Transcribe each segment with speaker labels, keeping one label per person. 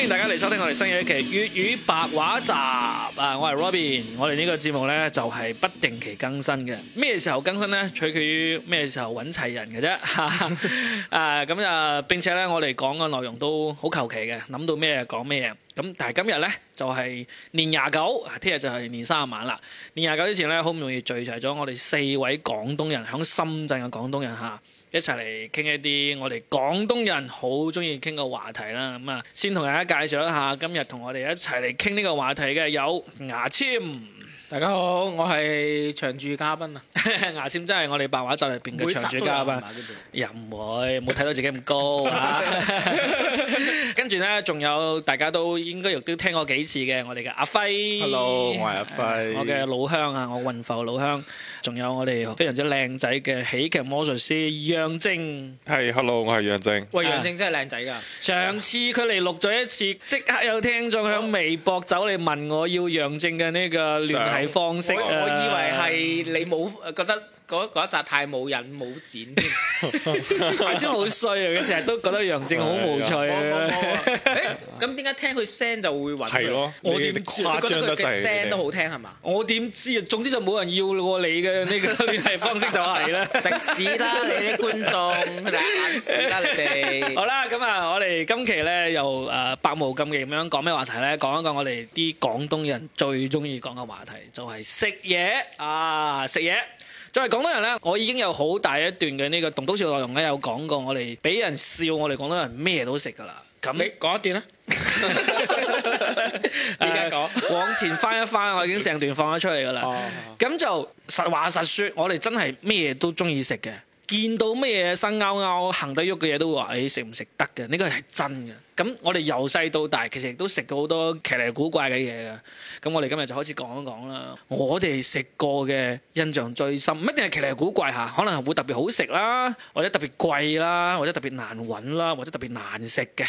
Speaker 1: 迎大家嚟收聽我哋新嘅一期粵語白話集啊！我係 Robin，我哋呢個節目呢，就係不定期更新嘅，咩時候更新呢？取決於咩時候揾齊人嘅啫。 啊咁啊，並且呢，我哋講嘅內容都好求其嘅，諗到咩講咩。咁但係今日呢，就係、年廿九，啊聽日就係年三十晚啦。年廿九之前呢，好唔容易聚齊咗我哋四位廣東人響深圳嘅廣東人嚇。一齊嚟傾一啲我哋廣東人好中意傾嘅話題啦。咁啊，先同大家介紹一下，今日同我哋一齊嚟傾呢個話題嘅有牙籤。
Speaker 2: 大家好，我係常駐嘉賓啊，
Speaker 1: 牙籤真係我哋白話集入邊嘅長主嘉賓，又唔會冇睇到自己咁高 啊！跟住呢，仲有大家都應該亦都聽過幾次嘅，我哋嘅阿輝。
Speaker 3: Hello，我係阿輝
Speaker 1: 我嘅老鄉啊，我雲浮老鄉，仲有我哋非常之靚仔嘅喜劇魔術師楊晶。
Speaker 3: 係 Hello，我係楊正。
Speaker 2: 喂，
Speaker 1: 啊
Speaker 2: 楊正真係靚仔㗎，
Speaker 1: 上次佢嚟錄咗一次，即刻有聽眾喺微博走嚟問我要楊正嘅呢個聯繫方式
Speaker 2: 我
Speaker 1: 啊
Speaker 2: 我以為係你冇覺得嗰嗰一集太冇癮冇剪 添，
Speaker 1: 牙籤好衰啊！佢成日都覺得楊正好無趣
Speaker 2: 冇冇
Speaker 1: 啊。
Speaker 2: 冇誒咁點解聽佢聲就會揾佢？
Speaker 3: 係咯
Speaker 2: 我點
Speaker 3: 你哋
Speaker 2: 知？
Speaker 3: 誇
Speaker 2: 你覺得
Speaker 3: 張得
Speaker 2: 佢嘅
Speaker 3: 滯
Speaker 2: 聲都好聽係嘛？
Speaker 1: 我點知啊？總之就冇人要過你嘅呢個聯繫方式就係啦。
Speaker 2: 食屎啦你啲觀眾，你眼屎啦你哋
Speaker 1: 好。啦，咁啊，我哋今期咧又呃誒百無禁忌咁樣講咩話題咧？講一講我哋啲廣東人最中意講嘅話題，就係食嘢啊！食嘢。作為廣東人咧，我已經有好大一段嘅呢個棟篤笑內容咧，有講過我哋俾人笑，我哋廣東人咩都食噶啦。咁
Speaker 2: 你 講一 段啦，
Speaker 1: 而
Speaker 2: 而家 講
Speaker 1: 往前翻一翻，我已經成段放咗出嚟噶啦。咁、就實話實說，我哋真係咩都中意食嘅，見到咩嘢生勾勾、行得喐嘅嘢都會話：，誒食唔食得嘅？呢個係真嘅。咁我哋由細到大，其實亦都食過好多奇離古怪嘅嘢嘅。咁我哋今日就開始講一講啦。我哋食過嘅印象最深，唔一定係奇離古怪嚇，可能係會特別好食啦，或者特別貴啦，或者特別難揾啦，或者特別難食嘅。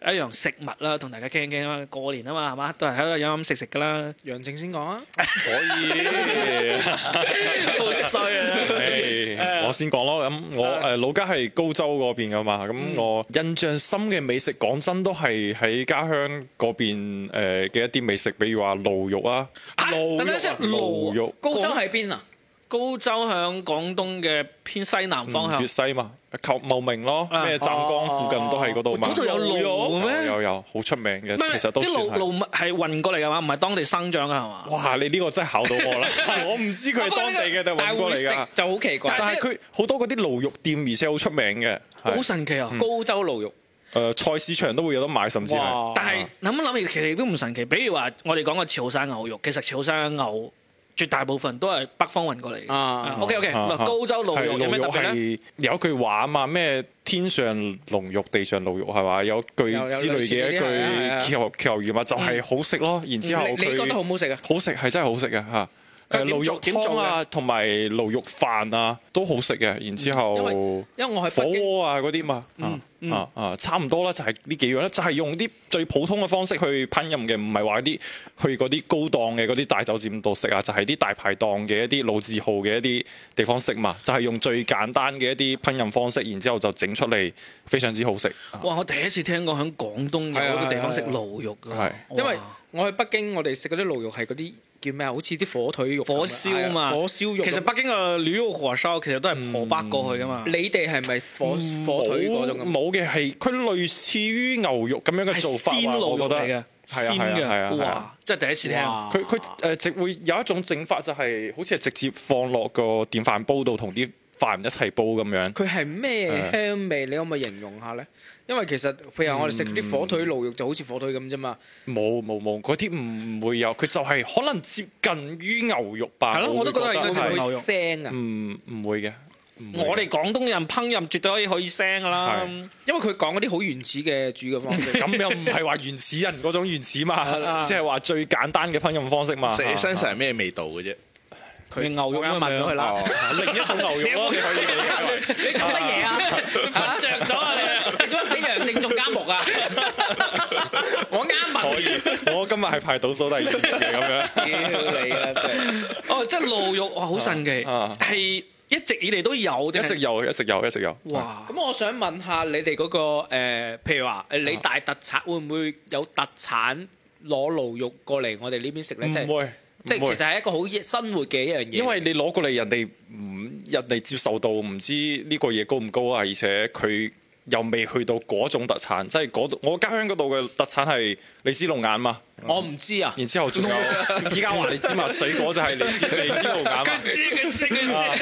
Speaker 1: 一樣食物啦，同大家傾一傾啦。過年啊嘛，係嘛，都係喺度飲飲食食噶啦。
Speaker 2: 楊正先講啊。
Speaker 3: 可以。
Speaker 1: 好衰啊！
Speaker 3: 誒 我先講咯，咁我誒老家係高州嗰邊噶嘛，咁我印象深嘅美食，講真都係喺家鄉嗰邊誒嘅一啲美食，比如話驢肉啊，
Speaker 1: 等等先，
Speaker 3: 驢肉
Speaker 2: 高州
Speaker 1: 廣
Speaker 2: 喺邊啊？
Speaker 1: 高州響廣東嘅偏西南方向
Speaker 3: 嗯粵，西嘛，求茂名咯，
Speaker 1: 啊
Speaker 3: 咩湛江附近都係哦嗰度
Speaker 2: 哦
Speaker 3: 嘛。
Speaker 1: 嗰度有驢肉
Speaker 3: 有
Speaker 1: 咩？
Speaker 3: 有有，好出名嘅
Speaker 1: 唔，係
Speaker 3: 其實都
Speaker 1: 啲
Speaker 3: 算
Speaker 1: 路
Speaker 3: 係。
Speaker 1: 路係運過嚟㗎嘛，唔係當地生長㗎係嘛？
Speaker 3: 哇！你呢個真係考到我啦， 我唔知佢係當地嘅定係
Speaker 2: 但
Speaker 3: 揾
Speaker 2: 會
Speaker 3: 過嚟
Speaker 2: 食
Speaker 3: 㗎。
Speaker 2: 就好奇怪。
Speaker 3: 但係佢好多嗰啲驢肉店，而且好出名嘅，
Speaker 1: 好
Speaker 3: 係
Speaker 1: 神奇
Speaker 3: 嗯
Speaker 1: 啊！
Speaker 2: 高州驢肉，
Speaker 3: 誒菜市場都會有得買，甚至係
Speaker 2: 哇
Speaker 1: 但係諗一諗，其實亦都唔神奇。比如話，我哋講個潮汕牛肉，其實潮汕牛絕大部分都係北方運過嚟嘅。
Speaker 2: 啊
Speaker 1: OK OK，
Speaker 3: 啊啊
Speaker 1: 高州驢肉
Speaker 3: 係
Speaker 1: 有咩特別咧？
Speaker 3: 係有句話啊嘛，咩天上龍肉，地上驢肉係嘛？有句
Speaker 2: 有有
Speaker 3: 之類嘅一
Speaker 2: 類似嗰啲係啊係啊
Speaker 3: 句歇後歇後語嘛，就係好食咯。然之後
Speaker 2: 你你覺得好
Speaker 3: 嗯哦佢
Speaker 2: 唔好食啊？
Speaker 3: 好食係真係好食嘅嚇。
Speaker 2: 佢
Speaker 3: 誒
Speaker 2: 點
Speaker 3: 驢
Speaker 2: 做
Speaker 3: 肉
Speaker 2: 點做
Speaker 3: 湯啊，同埋驢肉飯啊，都好食嘅。然之後
Speaker 2: 嗯因為
Speaker 3: 火
Speaker 2: 因為我喺北京。
Speaker 3: 鍋啊嗰啲嘛，啊啊啊，差唔多啦，就係呢幾樣啦，就係用啲最普通嘅方式去烹飪嘅，唔係話啲去嗰啲高檔嘅嗰啲大酒店度食啊，就係啲大排檔嘅一啲老字號嘅一啲地方食嘛，就係用最簡單嘅一啲烹飪方式，然之後就整出嚟非常之好食。啊
Speaker 1: 哇！我第一次聽講喺廣東有一個地方食驢肉㗎
Speaker 3: 係
Speaker 1: 喎
Speaker 3: 啊，
Speaker 2: 因為我去北京，我哋食嗰啲驢肉係嗰啲叫咩啊？好似啲火腿肉咁啊、
Speaker 1: 火燒嗯
Speaker 2: 係
Speaker 1: 嘛，
Speaker 2: 啊火燒肉。
Speaker 1: 其實北京嘅驢肉火燒其實都係河北過去㗎嘛。
Speaker 2: 你哋係咪火火腿嗰種咁？
Speaker 3: 嗯冇冇嘅係佢類似於牛肉咁樣嘅做法
Speaker 1: 係鮮
Speaker 3: 啊，
Speaker 1: 驢
Speaker 3: 我
Speaker 1: 肉
Speaker 3: 覺
Speaker 1: 嚟
Speaker 3: 得
Speaker 1: 嘅，
Speaker 3: 係啊
Speaker 1: 鮮
Speaker 3: 係啊係啊
Speaker 1: 嘅，
Speaker 3: 係啊。
Speaker 1: 哇！真係第一次聽。
Speaker 2: 哇
Speaker 3: 佢佢誒直會有一種整法就係、好似係直接放落個電飯煲度同啲飯一齊煲咁樣。
Speaker 2: 佢係
Speaker 3: 嗯
Speaker 2: 咩香味？你可唔可以形容下咧？因為其實譬如我哋食啲火腿驢肉就好似火腿咁啫嘛。
Speaker 3: 冇冇冇，嗰啲唔會有，佢就係可能接近於牛肉吧。
Speaker 1: 係咯我都覺得係
Speaker 3: 啊會
Speaker 1: 係
Speaker 2: 佢就
Speaker 1: 牛肉
Speaker 2: 會腥啊，
Speaker 3: 唔嗯唔會嘅。唔會嘅
Speaker 1: 我哋廣東人烹飪絕對可以可以聲㗎啦。
Speaker 3: 係
Speaker 2: 因為佢講嗰啲好原始嘅煮嘅方式。
Speaker 3: 咁又唔係話原始人嗰種原始嘛，
Speaker 1: 啦
Speaker 3: 即係話最簡單嘅烹飪方式 嘛。
Speaker 4: 食起身成係咩味道嘅啫？
Speaker 1: 佢牛肉
Speaker 2: 我啱問咗佢啦
Speaker 3: 啊啊另一種牛肉咯，你可以理解為
Speaker 2: 你做乜嘢啊？ 瞓着咗啊你！你做乜俾梁靜做監目 啊？我啱問
Speaker 3: 可。以。我今日係排倒數第二嘅咁 樣。
Speaker 2: 屌你啊！真係。
Speaker 1: 哦，即係驢肉，哇，好神奇，
Speaker 3: 啊啊
Speaker 1: 係一直以嚟都有，定
Speaker 3: 一
Speaker 1: 係
Speaker 3: 直有，一直有，一直有。
Speaker 1: 哇！
Speaker 2: 咁我想問下你哋嗰、個、呃、譬如話誒，你大特產會唔會有特產攞驢肉過嚟我哋呢邊食咧？即
Speaker 3: 唔
Speaker 2: 係
Speaker 3: 會，
Speaker 2: 即
Speaker 3: 唔
Speaker 2: 係
Speaker 3: 會
Speaker 2: 其實係一個好生活嘅一樣嘢。
Speaker 3: 因為你攞過嚟，人哋唔人哋接受到，唔知呢個嘢高唔高啊，而且佢又未去到嗰種特產，即係嗰度我家鄉嗰度嘅特產係荔枝龍眼嘛，
Speaker 2: 我唔知啊，
Speaker 3: 然之後仲有 依家話荔枝嘛，水果就係荔枝荔枝龍眼嘛。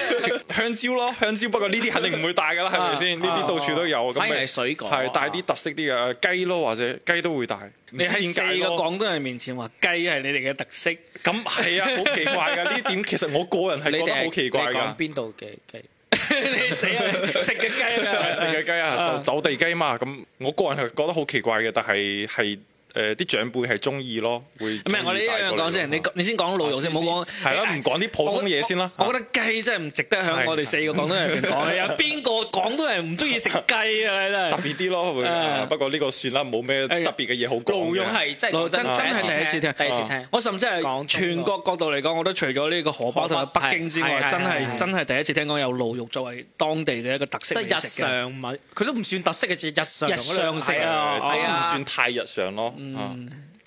Speaker 3: 香蕉咯，香蕉不過呢啲肯定唔會帶㗎啦，係咪先？呢啲到處都有，咁
Speaker 2: 反而
Speaker 3: 咪
Speaker 2: 係水果
Speaker 3: 係帶啲特色啲嘅雞咯，或者雞都會帶。唔
Speaker 1: 你
Speaker 3: 知
Speaker 1: 喺
Speaker 3: 點
Speaker 1: 四
Speaker 3: 解
Speaker 1: 個
Speaker 3: 咯
Speaker 1: 廣東人面前話雞係你哋嘅特色，
Speaker 3: 咁係啊，好奇怪㗎！呢點其實我個人係
Speaker 2: 你
Speaker 3: 覺
Speaker 2: 哋
Speaker 3: 得好奇怪
Speaker 2: 你
Speaker 3: 㗎
Speaker 2: 講。邊度嘅雞？
Speaker 1: 你死啊！食嘅 雞啊！
Speaker 3: 食嘅雞啊，就走地雞嘛。咁我個人係覺得好奇怪嘅，但係係誒啲長輩係中意咯，會
Speaker 1: 唔係，我哋呢樣
Speaker 3: 啊
Speaker 1: 講先，你你先講老肉先，唔好講
Speaker 3: 係啦，唔講啲普通嘢先啦。
Speaker 1: 我覺得雞真係唔值得向我哋四個廣東人入邊講。有邊個廣東人唔中意食雞啊？真
Speaker 3: 特
Speaker 1: 係。
Speaker 3: 別啲咯，會
Speaker 1: 啊
Speaker 3: 不過呢個算啦，冇咩特別嘅嘢好講
Speaker 2: 驢肉
Speaker 3: 嘅。
Speaker 2: 係真
Speaker 1: 驢
Speaker 2: 係
Speaker 1: 真真係第一次聽
Speaker 2: 第一次聽。
Speaker 1: 我甚至係
Speaker 2: 廣東
Speaker 1: 全國角度嚟講，我都除咗呢個河北同埋北京之外，
Speaker 2: 河北係
Speaker 1: 真
Speaker 2: 係
Speaker 1: 係
Speaker 2: 係
Speaker 1: 真係第一次聽講有驢肉作為當地嘅一個特
Speaker 2: 即
Speaker 1: 色
Speaker 2: 係
Speaker 1: 嚟
Speaker 2: 日
Speaker 1: 食嘅。
Speaker 2: 常物，佢都唔算特色嘅，只日常
Speaker 1: 日常食
Speaker 2: 係
Speaker 1: 啊
Speaker 2: 啊，
Speaker 1: 哦
Speaker 2: 係
Speaker 3: 都唔
Speaker 2: 啊
Speaker 3: 算，太日常咯，啊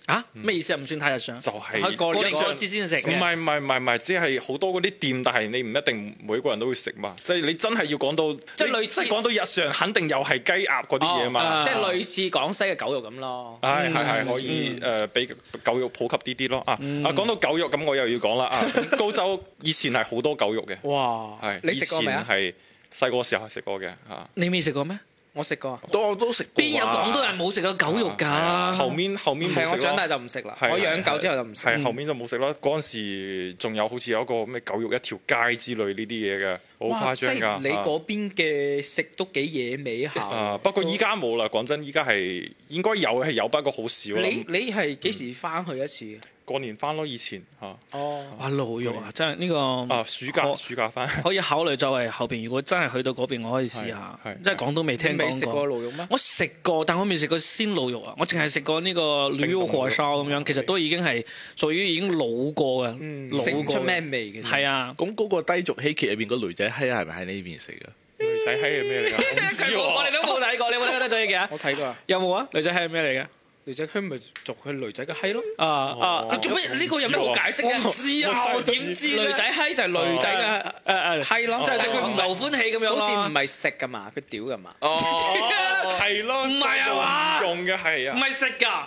Speaker 1: 啊，咩意思啊？唔算太日常。
Speaker 3: 就
Speaker 2: 係
Speaker 3: 係
Speaker 2: 過
Speaker 1: 我
Speaker 2: 年
Speaker 1: 哋
Speaker 2: 嗰
Speaker 1: 嗰
Speaker 2: 個
Speaker 1: 節先食
Speaker 3: 唔
Speaker 1: 嘅。
Speaker 3: 係唔係唔係唔係，只係好多嗰啲店，但係你唔一定每個人都會食嘛。即係你真係要講到，
Speaker 2: 即係
Speaker 3: 你
Speaker 2: 類似
Speaker 3: 即係講到日常，肯定又係雞鴨嗰啲嘢嘛。
Speaker 1: 啊
Speaker 2: 哦即係類似廣西嘅狗肉咁咯。
Speaker 3: 係係係可以
Speaker 2: 嗯
Speaker 3: 誒，俾狗肉普及啲啲咯啊！啊，講到狗肉咁，我又要講啦啊！ 咁高州以前係好多狗肉嘅，
Speaker 2: 哇
Speaker 3: 係
Speaker 2: 你食過
Speaker 3: 以
Speaker 2: 未
Speaker 3: 前
Speaker 2: 啊？
Speaker 3: 係細個時候係食過嘅啊嚇。
Speaker 1: 你未食過咩？
Speaker 2: 我食過啊，
Speaker 4: 都都食過。
Speaker 1: 邊有廣東人？冇食過狗肉㗎？
Speaker 3: 啊後面後面冇
Speaker 2: 係
Speaker 3: 食
Speaker 2: 我
Speaker 3: 咯
Speaker 2: 長大就唔食啦。
Speaker 3: 係
Speaker 2: 我養狗之後就唔食。嗯
Speaker 3: 係後啊面就冇食啦。嗰陣時仲有好似有一個咩狗肉一條街之類呢啲嘢嘅，好
Speaker 2: 哇！
Speaker 3: 誇張
Speaker 2: 即係
Speaker 3: 㗎。
Speaker 2: 你
Speaker 3: 啊
Speaker 2: 嗰邊嘅食都幾野味下喎。
Speaker 3: 啊！不過依家冇啦，講真，依家係應該有係有，不過好少啦。
Speaker 2: 你你係幾時翻去一次？
Speaker 3: 過年翻咯，以前嚇
Speaker 2: 哦，
Speaker 1: 哇，驢肉啊，真係呢個
Speaker 3: 啊，暑假
Speaker 1: 我
Speaker 3: 暑假翻。
Speaker 1: 可以考慮作為後邊，如果真係去到嗰邊，我可以試下
Speaker 3: 係係。
Speaker 1: 即係廣東未聽
Speaker 2: 你未食
Speaker 1: 講
Speaker 2: 過
Speaker 1: 過。
Speaker 2: 驢肉咩？
Speaker 1: 我食過，但我未食過鮮鹵肉啊！我淨係食過呢個驢肉火燒咁樣，其實都已經係屬於已經老過嘅，
Speaker 2: 嗯
Speaker 1: 老
Speaker 2: 食唔
Speaker 1: 過
Speaker 2: 出
Speaker 1: 嘅
Speaker 2: 咩味嘅。
Speaker 1: 係啊，
Speaker 4: 咁嗰個低俗希奇入邊個女仔閪係咪喺呢邊食嘅？
Speaker 3: 女仔閪係咩嚟㗎？我唔知 喎。
Speaker 1: 我哋都冇睇過，你有冇睇得咗呢嘅？
Speaker 2: 我睇過啊，
Speaker 1: 有冇啊？女仔係咩嚟嘅？
Speaker 2: 女仔佢咪做佢女仔嘅閪咯。
Speaker 1: 啊啊！
Speaker 2: 哦
Speaker 1: 你做咩？呢個有咩好解釋嘅？
Speaker 2: 我唔
Speaker 1: 知啊，我點知
Speaker 2: 女
Speaker 1: 女仔
Speaker 2: 仔閪就係女仔嘅
Speaker 1: 誒誒
Speaker 2: 閪咯，
Speaker 1: 就係
Speaker 2: 係
Speaker 1: 佢唔留歡喜咁樣
Speaker 2: 好
Speaker 1: 咯
Speaker 2: 似唔係食噶嘛，佢屌噶嘛。
Speaker 3: 哦， 係咯，
Speaker 1: 唔係啊嘛
Speaker 3: 用嘅係
Speaker 1: 唔
Speaker 3: 啊，
Speaker 1: 係食㗎。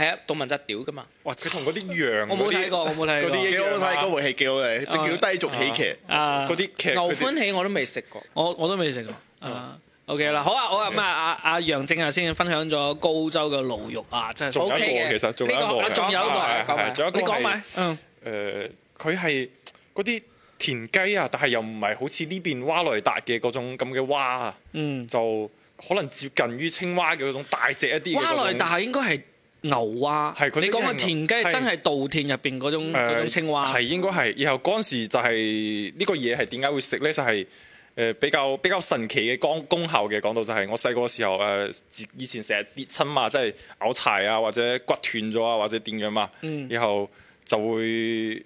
Speaker 2: 係啊，杜汶澤屌噶嘛。
Speaker 3: 哇！佢同嗰啲羊嗰
Speaker 1: 我冇
Speaker 3: 啲，
Speaker 1: 睇過，我冇睇
Speaker 3: 嗰啲
Speaker 1: 過。
Speaker 4: 幾好睇嗰回戲，幾好睇，叫低俗喜劇。
Speaker 1: 啊
Speaker 3: 嗰啲劇，
Speaker 2: 牛
Speaker 3: 佢哋哦
Speaker 2: 歡喜我都未食過。
Speaker 1: 我我都未食過。啊，OK 啦，好啊，好啊，咁啊，阿阿楊正啊先分享咗高州嘅驢肉啊，真係
Speaker 3: 仲有
Speaker 1: OK
Speaker 3: 一個
Speaker 2: OK 嘅
Speaker 3: 其實仲有一個
Speaker 1: 呢個
Speaker 3: 嘅，
Speaker 1: 啊仲有一個
Speaker 2: 講
Speaker 3: 係係
Speaker 2: 埋
Speaker 3: 仲有一個
Speaker 1: 你講
Speaker 3: 係
Speaker 1: 埋，嗯，
Speaker 3: 誒，呃佢係嗰啲田雞啊，但係又唔係好似呢邊蛙來達嘅嗰種咁嘅蛙啊，
Speaker 1: 嗯
Speaker 3: 就可能接近於青蛙嘅嗰種大隻一啲嘅嗰種。
Speaker 1: 蛙來達應該係牛蛙，
Speaker 3: 係佢呢
Speaker 1: 你
Speaker 3: 啲
Speaker 1: 講
Speaker 3: 係
Speaker 1: 嘅
Speaker 3: 牛
Speaker 1: 田雞
Speaker 3: 係
Speaker 1: 真係稻田入邊嗰種嗰種青蛙，
Speaker 3: 呃係應該係。然後嗰陣時就係呢個嘢係點解會食咧？就係誒比較比較神奇嘅功功效嘅講到就係我細個時候誒自以前成日跌親嘛，即係拗柴啊，或者骨斷咗啊，或者點樣嘛。
Speaker 1: 嗯
Speaker 3: 然後就會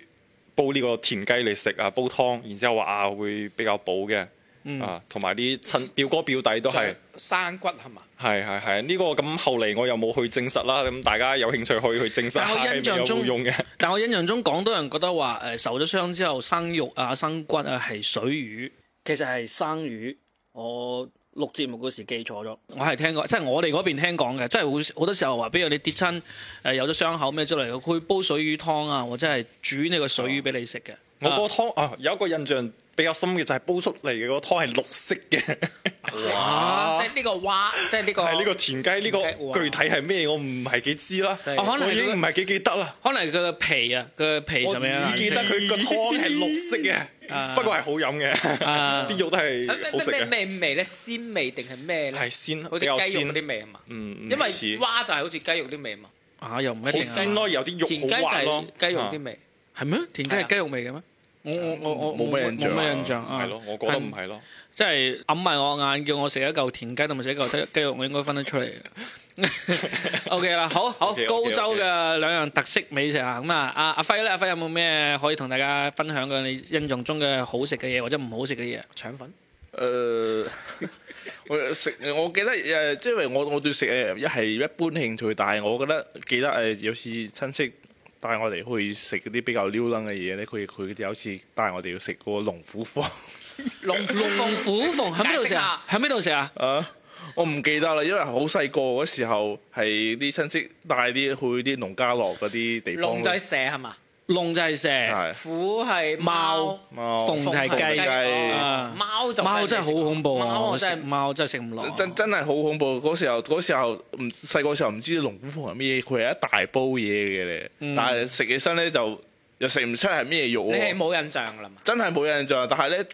Speaker 3: 煲呢個田雞嚟食啊，煲湯，然之後話啊會比較補嘅。
Speaker 1: 嗯
Speaker 3: 啊，同埋啲親表哥表弟都係。
Speaker 2: 生骨係嘛？
Speaker 3: 係係係，呢、個咁後嚟我又冇去證實啦，咁大家有興趣可以去證實下
Speaker 1: 但我印
Speaker 3: 係咪
Speaker 1: 象
Speaker 3: 有
Speaker 1: 中
Speaker 3: 冇用嘅。
Speaker 1: 但我印象中廣東人覺得話誒受咗傷之後生肉啊生骨啊係水魚，其實係生魚。我錄節目嗰時記錯咗，我係聽過，即係我哋嗰邊聽講嘅，即係會好多時候話，比如你跌親誒有咗傷口咩之類嘅，佢會煲水魚湯啊，或者係煮呢個水魚俾你食嘅。
Speaker 3: 我個湯啊，有一個印象比較深嘅就係煲出嚟嘅個湯係綠色嘅， 係
Speaker 2: 啊，即係呢個蛙，即係呢個
Speaker 3: 呢個田雞呢
Speaker 2: 田雞哇
Speaker 3: 個具體係咩我唔係幾知啦，
Speaker 2: 真係
Speaker 1: 哦可能係
Speaker 3: 我已經唔係幾記得啦，
Speaker 1: 可能係佢嘅皮啊，佢嘅皮
Speaker 3: 我
Speaker 1: 上面啊
Speaker 3: 只，記得佢個湯係綠 色嘅，不過係好飲
Speaker 1: 啊
Speaker 3: 嘅， 啲肉都係好食
Speaker 2: 啊咩咩咩
Speaker 3: 嘅，
Speaker 2: 咩味咧？鮮味定係咩咧？
Speaker 3: 係鮮
Speaker 2: 好似
Speaker 3: 比較
Speaker 2: 雞肉嗰
Speaker 3: 鮮
Speaker 2: 啲味啊嘛。
Speaker 3: 嗯，
Speaker 2: 因
Speaker 3: 唔似
Speaker 2: 為蛙就係好似雞肉啲味嘛，
Speaker 1: 啊又唔一
Speaker 3: 好
Speaker 1: 定
Speaker 3: 鮮
Speaker 1: 啊，
Speaker 3: 咯，有啲
Speaker 2: 田雞
Speaker 3: 肉
Speaker 2: 就
Speaker 3: 好滑咯
Speaker 2: 係，雞肉
Speaker 3: 啊
Speaker 2: 啲味。
Speaker 1: 係咩？田雞係雞肉味嘅咩？我我我我
Speaker 4: 冇咩印象啊
Speaker 1: 冇咩印象啊，
Speaker 3: 係咯，我覺得唔係咯，
Speaker 1: 即係揞埋我眼，叫我食一嚿田雞同埋食一嚿雞雞肉，我應該分得出嚟嘅。 O K 啦，好好
Speaker 3: OK，OK，OK
Speaker 1: 高州嘅兩樣特色美食啊，咁啊，阿阿輝咧，阿輝有冇咩可以同大家分享嘅你印象中嘅好食嘅嘢或者唔好食嘅嘢？
Speaker 2: 腸粉
Speaker 4: 誒、 我食我記得誒，即係因為我我對食誒一係一般興趣，但係我覺得記得誒有次親戚帶我哋去食嗰啲比較撩楞嘅嘢咧，佢佢有次帶我哋去食個龍虎坊
Speaker 2: 龍虎
Speaker 1: 龍虎鳳喺邊度食啊？喺邊度食啊？
Speaker 4: 啊。我唔記得啦，因為好細個嗰時候係啲親戚帶啲去啲農家樂嗰啲地方
Speaker 2: 龍仔蛇係嘛？
Speaker 1: 龍就係蛇，
Speaker 4: 係
Speaker 2: 虎係
Speaker 1: 貓
Speaker 2: 貓，
Speaker 4: 貓
Speaker 1: 鳳就係
Speaker 2: 鳳
Speaker 1: 雞
Speaker 2: 係雞
Speaker 1: 啊
Speaker 2: 貓就
Speaker 1: 貓真係好恐怖啊！
Speaker 2: 貓
Speaker 1: 我
Speaker 2: 我
Speaker 1: 食
Speaker 2: 真係
Speaker 1: 貓真係食唔落啊。
Speaker 4: 真真係好恐怖！嗰時候嗰時候唔細個時候唔知龍虎鳳係咩嘢，佢係一大煲嘢嘅咧。但係食起身咧就又食唔出係咩肉
Speaker 2: 嗯你係
Speaker 4: 喎，
Speaker 2: 冇印象㗎啦嘛？
Speaker 4: 真係冇印象。但係咧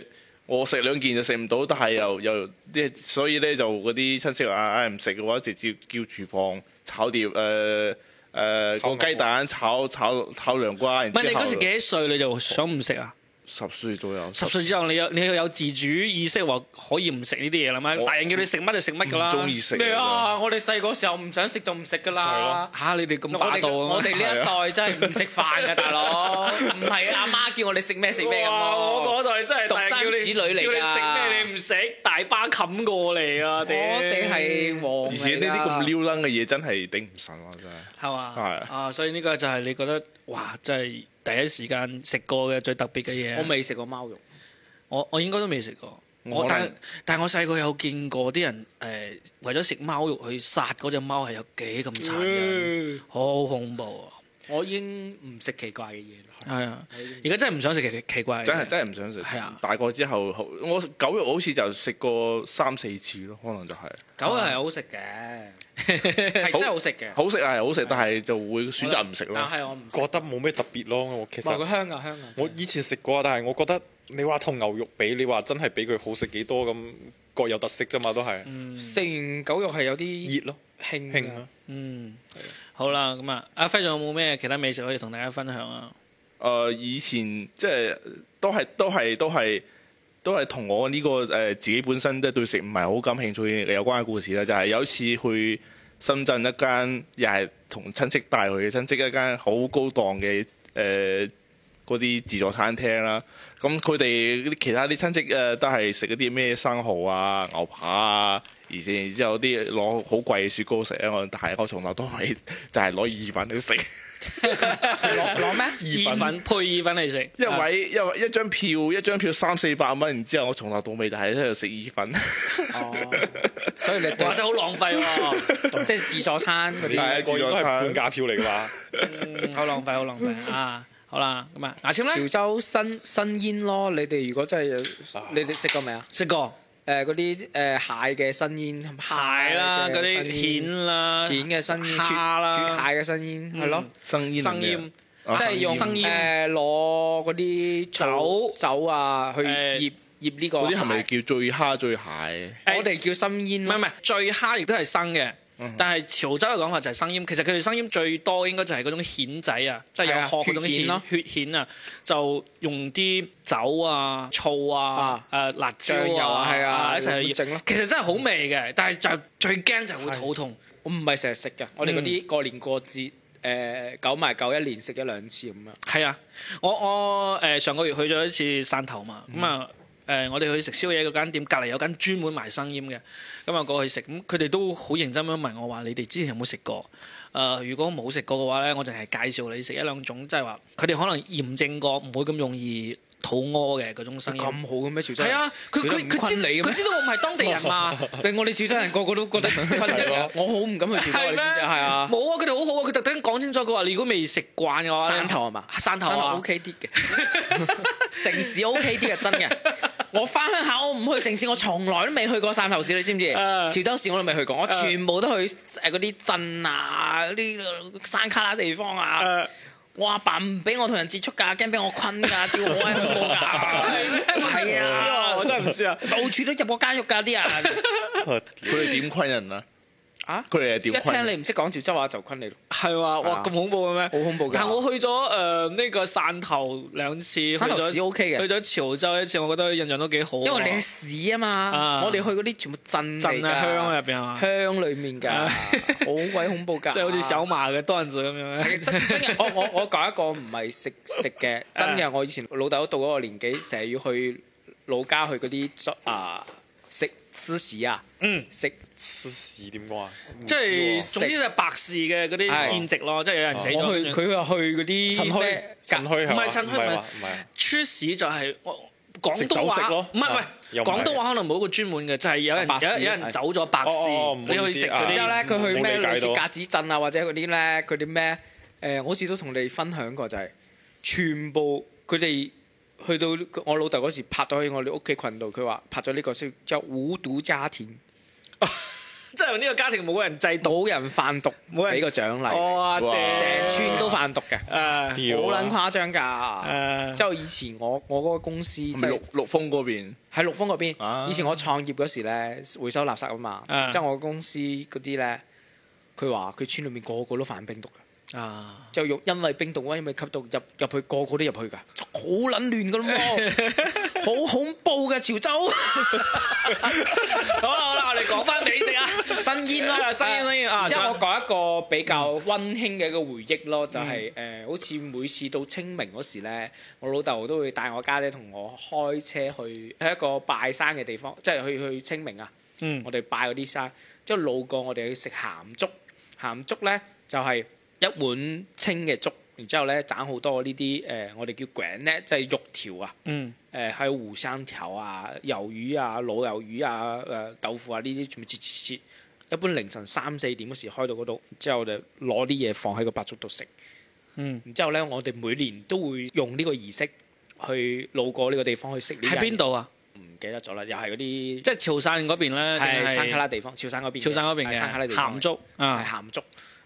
Speaker 4: 誒，我食兩件就食唔到，但係 又又啲，所以咧就嗰啲親戚話：唉唔食嘅話，直接叫廚房炒碟誒誒
Speaker 3: 炒
Speaker 4: 個雞蛋炒炒炒涼瓜。然
Speaker 1: 唔係你
Speaker 4: 之後
Speaker 1: 嗰時幾多歲你就想唔食啊？
Speaker 4: 十歲左右，
Speaker 1: 十歲之後你有你有自主意識話可以唔食呢啲嘢啦嘛？
Speaker 4: 我
Speaker 1: 大人叫你食乜就食乜㗎啦。
Speaker 4: 唔中意食
Speaker 2: 咩啊！我哋細個時候唔想食就唔食㗎啦。
Speaker 1: 啊嚇你哋咁
Speaker 2: 我
Speaker 1: 霸
Speaker 2: 哋
Speaker 1: 道啊！
Speaker 2: 我哋呢一代真係唔食飯㗎，大佬，唔係阿媽叫我哋食 咩食咩咁
Speaker 1: 哇！
Speaker 2: 咯。
Speaker 1: 啊我嗰代真係
Speaker 2: 獨
Speaker 1: 大
Speaker 2: 生
Speaker 1: 叫你
Speaker 2: 子女嚟㗎
Speaker 1: 叫你食咩你唔食，大巴冚過嚟啊！我
Speaker 2: 我哋係啊黃
Speaker 4: 而且呢啲咁撩楞嘅嘢真係頂唔順啊！真係。
Speaker 1: 係嘛？
Speaker 4: 係
Speaker 1: 啊，所以呢個就係你覺得哇，真係第一時間食過嘅最特別嘅嘢。
Speaker 2: 我未食過貓肉，
Speaker 1: 我我應該都未食過。
Speaker 4: 我
Speaker 1: 我
Speaker 4: 可能
Speaker 1: 但但我細個有見過啲人誒、呃，為咗食貓肉去殺嗰只貓係有幾咁殘
Speaker 4: 嗯
Speaker 1: 忍，好恐怖
Speaker 2: 啊我已經唔食奇怪嘅嘢啦。
Speaker 1: 啊！係啊，而家真係唔想食奇奇怪嘅嘢
Speaker 4: 真係真係唔想食。
Speaker 1: 係啊
Speaker 4: 大個之後，好我狗肉好似就食過三四次咯，可能就係、
Speaker 2: 狗肉
Speaker 4: 啊
Speaker 2: 係好食嘅，係真係好食嘅。
Speaker 4: 好食係好食，但係就會選擇唔食咯
Speaker 2: 但。係我唔食。
Speaker 3: 覺得冇咩特別咯。我其
Speaker 2: 話
Speaker 3: 實
Speaker 2: 佢香啊香啊！
Speaker 3: 我以前食過，但係我覺得你話同牛肉比，你話真係比佢好食幾多咁，各有特色啫嘛，都係
Speaker 2: 食完狗肉係有啲
Speaker 3: 熱咯，
Speaker 2: 興
Speaker 3: 興
Speaker 2: 㗎
Speaker 3: 啊。
Speaker 1: 嗯，好啦，咁啊，阿輝仲有冇咩其他美食可以同大家分享 啊？
Speaker 4: 誒、呃以前即係呃都係都係都係都係同我呢、個誒、自己本身即係對食唔係好感興趣嘅有關嘅故事啦。就係、有一次去深圳一間又係同親戚帶去嘅親戚一間好高檔嘅誒嗰啲自助餐廳啦。咁佢哋啲其他啲親戚誒、都係食嗰啲咩生蠔啊、牛扒啊。而且然之後啲攞好貴嘅雪糕食啊！我但係我從頭到尾就係攞意粉去食，
Speaker 2: 攞攞咩？
Speaker 1: 意粉配意粉嚟食，啊
Speaker 4: 一
Speaker 2: 啊
Speaker 4: 位一位一張票，一張票三四百蚊，然之後我從頭到尾就係喺度食意粉，
Speaker 2: 哦所以你
Speaker 1: 哇，真係好浪費喎，
Speaker 2: 即係自助餐嗰
Speaker 3: 你
Speaker 2: 啲
Speaker 4: 係啊
Speaker 3: 細個應該
Speaker 4: 自助
Speaker 3: 係
Speaker 4: 餐
Speaker 3: 半價票嚟㗎嘛？
Speaker 1: 嗯好浪費，好浪費啊！好啦，咁啊，牙籤咧
Speaker 2: 潮州新新煙咯。你哋如果真係有，你哋食過未啊？
Speaker 1: 食過
Speaker 2: 誒嗰啲誒蟹嘅新煙，
Speaker 1: 蟹啦，嗰啲蜆啦，
Speaker 2: 蜆嘅新煙，血
Speaker 1: 蝦啦，嗯
Speaker 2: 血蟹嘅新煙係咯，
Speaker 4: 生煙啊
Speaker 1: 生
Speaker 4: 嚟
Speaker 1: 醃
Speaker 4: 嘅，
Speaker 2: 即係用
Speaker 1: 生
Speaker 2: 誒
Speaker 1: 煙
Speaker 2: 攞嗰啲酒酒啊去
Speaker 1: 誒
Speaker 2: 醃醃呢個
Speaker 4: 嗰啲係咪
Speaker 2: 蟹？
Speaker 4: 叫醉蝦醉蟹？
Speaker 2: 我哋叫新
Speaker 1: 唔
Speaker 2: 煙咯嗯
Speaker 1: 係唔係，醉蝦亦都係生嘅。但係潮州嘅講法就係生醃，其實佢哋生醃最多應該就係嗰種蜆仔啊，即係有
Speaker 2: 係啊
Speaker 1: 殼嗰種
Speaker 2: 血蜆
Speaker 1: 蜆
Speaker 2: 咯
Speaker 1: 血蜆啊，就用啲酒啊、醋啊
Speaker 2: 啊、
Speaker 1: 誒辣椒
Speaker 2: 醬油
Speaker 1: 啊，
Speaker 2: 啊係啊
Speaker 1: 一齊去
Speaker 2: 咁整
Speaker 1: 醃
Speaker 2: 咯。
Speaker 1: 其實真係好味嘅，但係就最驚就係會肚痛。
Speaker 2: 我唔係成日食嘅，我哋嗰
Speaker 1: 嗯
Speaker 2: 啲過年過節誒九埋九一年食一兩次咁樣。
Speaker 1: 係啊，我我誒、呃上個月去咗一次汕頭嘛，
Speaker 2: 嗯
Speaker 1: 咁啊誒我哋去食宵夜嗰間店，隔離有間專門賣生醃嘅，咁啊過去食，咁佢哋都好認真咁問我話：你哋之前有冇食過？誒、如果冇食過嘅話咧，我淨係介紹你食一兩種，即係話佢哋可能驗證過，唔會咁容易肚屙嘅嗰種生
Speaker 2: 咁
Speaker 1: 醃。
Speaker 2: 好嘅咩？潮州
Speaker 1: 係
Speaker 2: 人
Speaker 1: 啊，佢佢佢知
Speaker 2: 你嘅
Speaker 1: 佢
Speaker 2: 咩？
Speaker 1: 知道我唔係當地人 嘛。
Speaker 2: 但我哋潮州人個個都覺得唔坤你啊！我好唔敢去 潮州，
Speaker 1: 係
Speaker 2: 你知唔
Speaker 1: 咩？
Speaker 2: 知啊？係啊，
Speaker 1: 冇啊！佢哋好好啊！佢特登講清楚，佢話你如果未食慣嘅話呢，
Speaker 2: 汕頭係嘛？
Speaker 1: 汕頭啊
Speaker 2: OK 啲 嘅，城市 OK 啲嘅啊真嘅。 我翻鄉下，我唔去城市，我從來都未去過汕頭市，你知唔知？
Speaker 1: 啊
Speaker 2: 潮州市我都未去過，我
Speaker 1: 啊
Speaker 2: 全部都去誒嗰啲鎮啊、嗰啲山卡拉地方啊。
Speaker 1: 誒
Speaker 2: 我阿爸唔俾我同人接觸㗎，驚俾我坤 㗎，屌我喺恐怖㗎，係啊，
Speaker 1: 啊我真係唔知啊！
Speaker 2: 到處都入過監獄㗎啲人，
Speaker 4: 佢哋點昆人啊？
Speaker 2: 啊！
Speaker 4: 佢哋係
Speaker 2: 一
Speaker 4: 點
Speaker 2: 聽
Speaker 4: 昆嘅
Speaker 2: 你唔識講潮州話就昆你咯。
Speaker 1: 係嘛？哇，咁恐怖嘅咩？
Speaker 2: 啊好恐怖㗎
Speaker 1: 但我去咗誒呢個汕頭兩次，
Speaker 2: 汕頭
Speaker 1: 去咗
Speaker 2: 市 OK 嘅
Speaker 1: 去咗潮州一次，我覺得印象都幾好啊。
Speaker 2: 因為你係市啊嘛
Speaker 1: 啊，
Speaker 2: 我哋去嗰啲全部鎮嚟㗎
Speaker 1: 鎮啊鄉入邊啊
Speaker 2: 鄉裏面 㗎，
Speaker 1: 啊
Speaker 2: 好鬼恐怖㗎，
Speaker 1: 即係好似小馬嘅多人組咁樣咧。
Speaker 2: 真真嘅，我我我講一個唔係食食嘅，
Speaker 1: 啊
Speaker 2: 真嘅，我以前老豆到嗰個年紀，成日要去老家去嗰啲啊食黐屎啊，嗯，食
Speaker 3: 屎點講啊？
Speaker 1: 即係
Speaker 2: 食
Speaker 1: 總之就係白事嘅嗰
Speaker 2: 係
Speaker 1: 啲宴席咯，即係有人死咗
Speaker 2: 我
Speaker 1: 咁
Speaker 2: 去
Speaker 1: 樣。
Speaker 2: 佢又去嗰啲
Speaker 3: 趁虛
Speaker 2: 咩
Speaker 3: 趁虛係嘛
Speaker 1: 唔係趁虛
Speaker 3: 唔係
Speaker 1: 唔
Speaker 3: 話唔係
Speaker 1: 係出事就係我廣東
Speaker 3: 食酒
Speaker 1: 話
Speaker 3: 席咯
Speaker 1: 唔係唔
Speaker 3: 啊
Speaker 1: 係
Speaker 3: 又唔係
Speaker 1: 廣東話可能冇一個專門嘅，就係有人
Speaker 2: 白事
Speaker 1: 有有人走咗百事
Speaker 3: 哦哦，唔
Speaker 1: 你
Speaker 3: 好
Speaker 1: 去
Speaker 3: 意思
Speaker 1: 食嗰
Speaker 3: 啊
Speaker 2: 然之後
Speaker 1: 啲
Speaker 2: 咧，佢去咩
Speaker 3: 冇理解
Speaker 2: 類似
Speaker 3: 到
Speaker 2: 格子鎮啊，或者嗰啲咧，佢啲咩誒，我好似都同你分享過，就係全部佢哋去到我老豆嗰時拍咗喺我哋屋企群度，佢話拍咗呢個先叫無毒家庭，
Speaker 1: 即係呢個家庭冇人制度。
Speaker 2: 冇人販毒，
Speaker 1: 冇人
Speaker 2: 俾個獎勵你，
Speaker 1: 哇！
Speaker 2: 成
Speaker 1: 成
Speaker 2: 哦村都販毒嘅，
Speaker 1: 誒
Speaker 3: 屌
Speaker 2: 好
Speaker 3: 啊
Speaker 2: 撚誇張㗎。
Speaker 1: 誒
Speaker 2: 之，後以前我我嗰個公司即
Speaker 4: 係咪
Speaker 2: 係
Speaker 4: 陸陸豐嗰邊
Speaker 2: 喺陸豐嗰邊，
Speaker 4: 啊
Speaker 2: 以前我創業嗰時咧回收垃圾啊嘛，
Speaker 1: 啊
Speaker 2: 即係我公司嗰啲咧，佢話佢村裏面個個都販冰毒㗎。
Speaker 1: 啊，
Speaker 2: 就用因為冰凍啊，因為吸毒入入去個個都入去㗎，好撚亂 㗎咯，好恐怖㗎 潮州。
Speaker 1: 好啦好啦，我哋講翻美食啊，
Speaker 2: 新煙啦，
Speaker 1: 啊新煙新煙啊
Speaker 2: 之
Speaker 1: 仲
Speaker 2: 後
Speaker 1: 有
Speaker 2: 我講一個比較温馨嘅一個回憶咯，就係誒，好似每次到清明嗰時咧，我老豆都會帶我家姐同我開車去喺一個拜山嘅地方，即係去去清明啊。
Speaker 1: 嗯
Speaker 2: 我哋拜嗰啲山，之後路過我哋去食鹹粥，鹹粥咧就係一碗清嘅粥，然之後咧斬好多呢啲誒，我哋叫卷咧，即係肉條啊。
Speaker 1: 嗯，
Speaker 2: 誒喺湖生條啊、魷魚啊、老魷魚啊、誒、豆腐啊呢啲全部切切切，一般凌晨三四點嗰時開到嗰度，之後就攞啲嘢放喺個白粥度食。
Speaker 1: 嗯，
Speaker 2: 然之後咧，我哋每年都會用呢個儀式去路過呢個地方去食呢。
Speaker 1: 喺邊？度啊？
Speaker 2: 唔記得咗啦，又係嗰啲
Speaker 1: 即係潮汕嗰邊咧，定
Speaker 2: 係山卡拉地方，潮汕嗰邊嘅。
Speaker 1: 潮汕嗰邊
Speaker 2: 係山卡拉
Speaker 1: 嘅
Speaker 2: 地方
Speaker 1: 鹹
Speaker 2: 嘅
Speaker 1: 粥
Speaker 2: 係
Speaker 1: 啊，
Speaker 2: 鹹粥。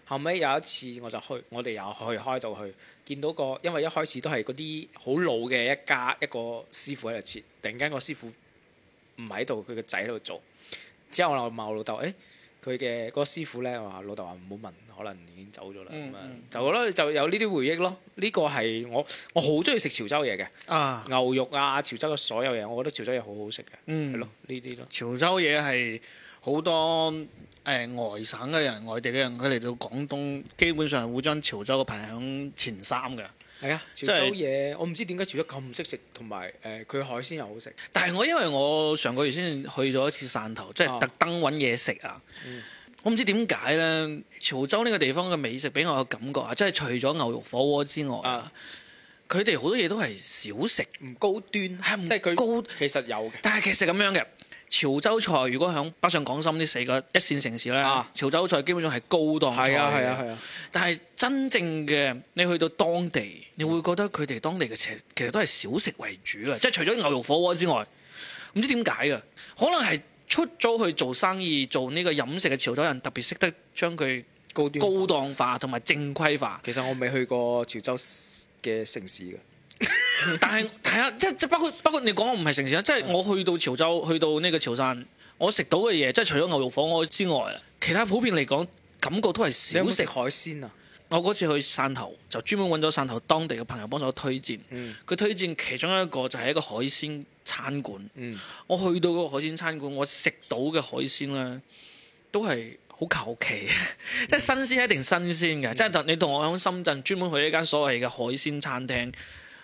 Speaker 2: 後尾有一次我就去，我哋又去開到去，見到個因為一開始都係嗰啲好老嘅一家一個師傅喺度切，突然間個師傅唔喺度，佢個仔喺度做。之後我問我老豆，誒、佢嘅嗰個師傅咧，我話老豆話唔好問，可能已經走咗啦。
Speaker 1: 嗯
Speaker 2: 咁啊、就咯，就有呢啲回憶咯。呢、個係我我好中意食潮州嘢嘅，
Speaker 1: 啊，
Speaker 2: 牛肉啊，潮州嘅所有嘢，我覺得潮州嘢好好食嘅，
Speaker 5: 嗯
Speaker 2: 係咯、呢啲咯。
Speaker 5: 潮州嘢係 好多誒、呃外省嘅人、外地嘅人，佢嚟到廣東，基本上會將潮州嘅排響前三嘅。
Speaker 2: 係啊，潮
Speaker 5: 係
Speaker 2: 州嘢我唔知點解潮州咁識食，同埋誒佢海鮮又好食。
Speaker 1: 但係我因為我上個月先去咗一次汕頭，即
Speaker 2: 啊嗯
Speaker 1: 係特登揾嘢食啊。我唔知點解呢，潮州呢個地方嘅美食俾我嘅感覺啊，即係除咗牛肉火鍋之外啊，佢哋好多嘢都係少食。
Speaker 2: 唔高端，係
Speaker 1: 唔
Speaker 2: 即係佢
Speaker 1: 高
Speaker 2: 其實有嘅。
Speaker 1: 但係其實咁樣嘅潮州菜，如果響北上廣深呢四個一線城市咧，
Speaker 2: 啊
Speaker 1: 潮州菜基本上係高檔菜。
Speaker 2: 係啊係啊係啊！
Speaker 1: 但係真正嘅你去到當地，你會覺得佢哋當地嘅其實其實都係小食為主啊嘅，即係除咗牛肉火鍋之外，唔知點解嘅，可能係出咗去做生意做呢個飲食嘅潮州人特別識得將佢
Speaker 2: 高端
Speaker 1: 高檔化同埋正規 化。
Speaker 2: 其實我未去過潮州嘅城市嘅，
Speaker 1: 但係係啊，即即包括包括你講我唔係城市啦，即係我去到潮州，去到呢個潮汕，我食到嘅嘢，即係除咗牛肉火鍋之外啦，其他普遍嚟講感覺都係
Speaker 2: 你
Speaker 1: 少
Speaker 2: 有冇食
Speaker 1: 食。
Speaker 2: 海鮮啊？
Speaker 1: 我嗰次去汕頭就專門揾咗汕頭當地嘅朋友幫手推薦，佢、推薦其中一個就係一個海鮮餐館。我去到嗰個海鮮餐館，我食到嘅海鮮咧都係好求其， 即係新鮮一定新鮮嘅。即係你同我喺深圳專門去一間所謂嘅海鮮餐廳。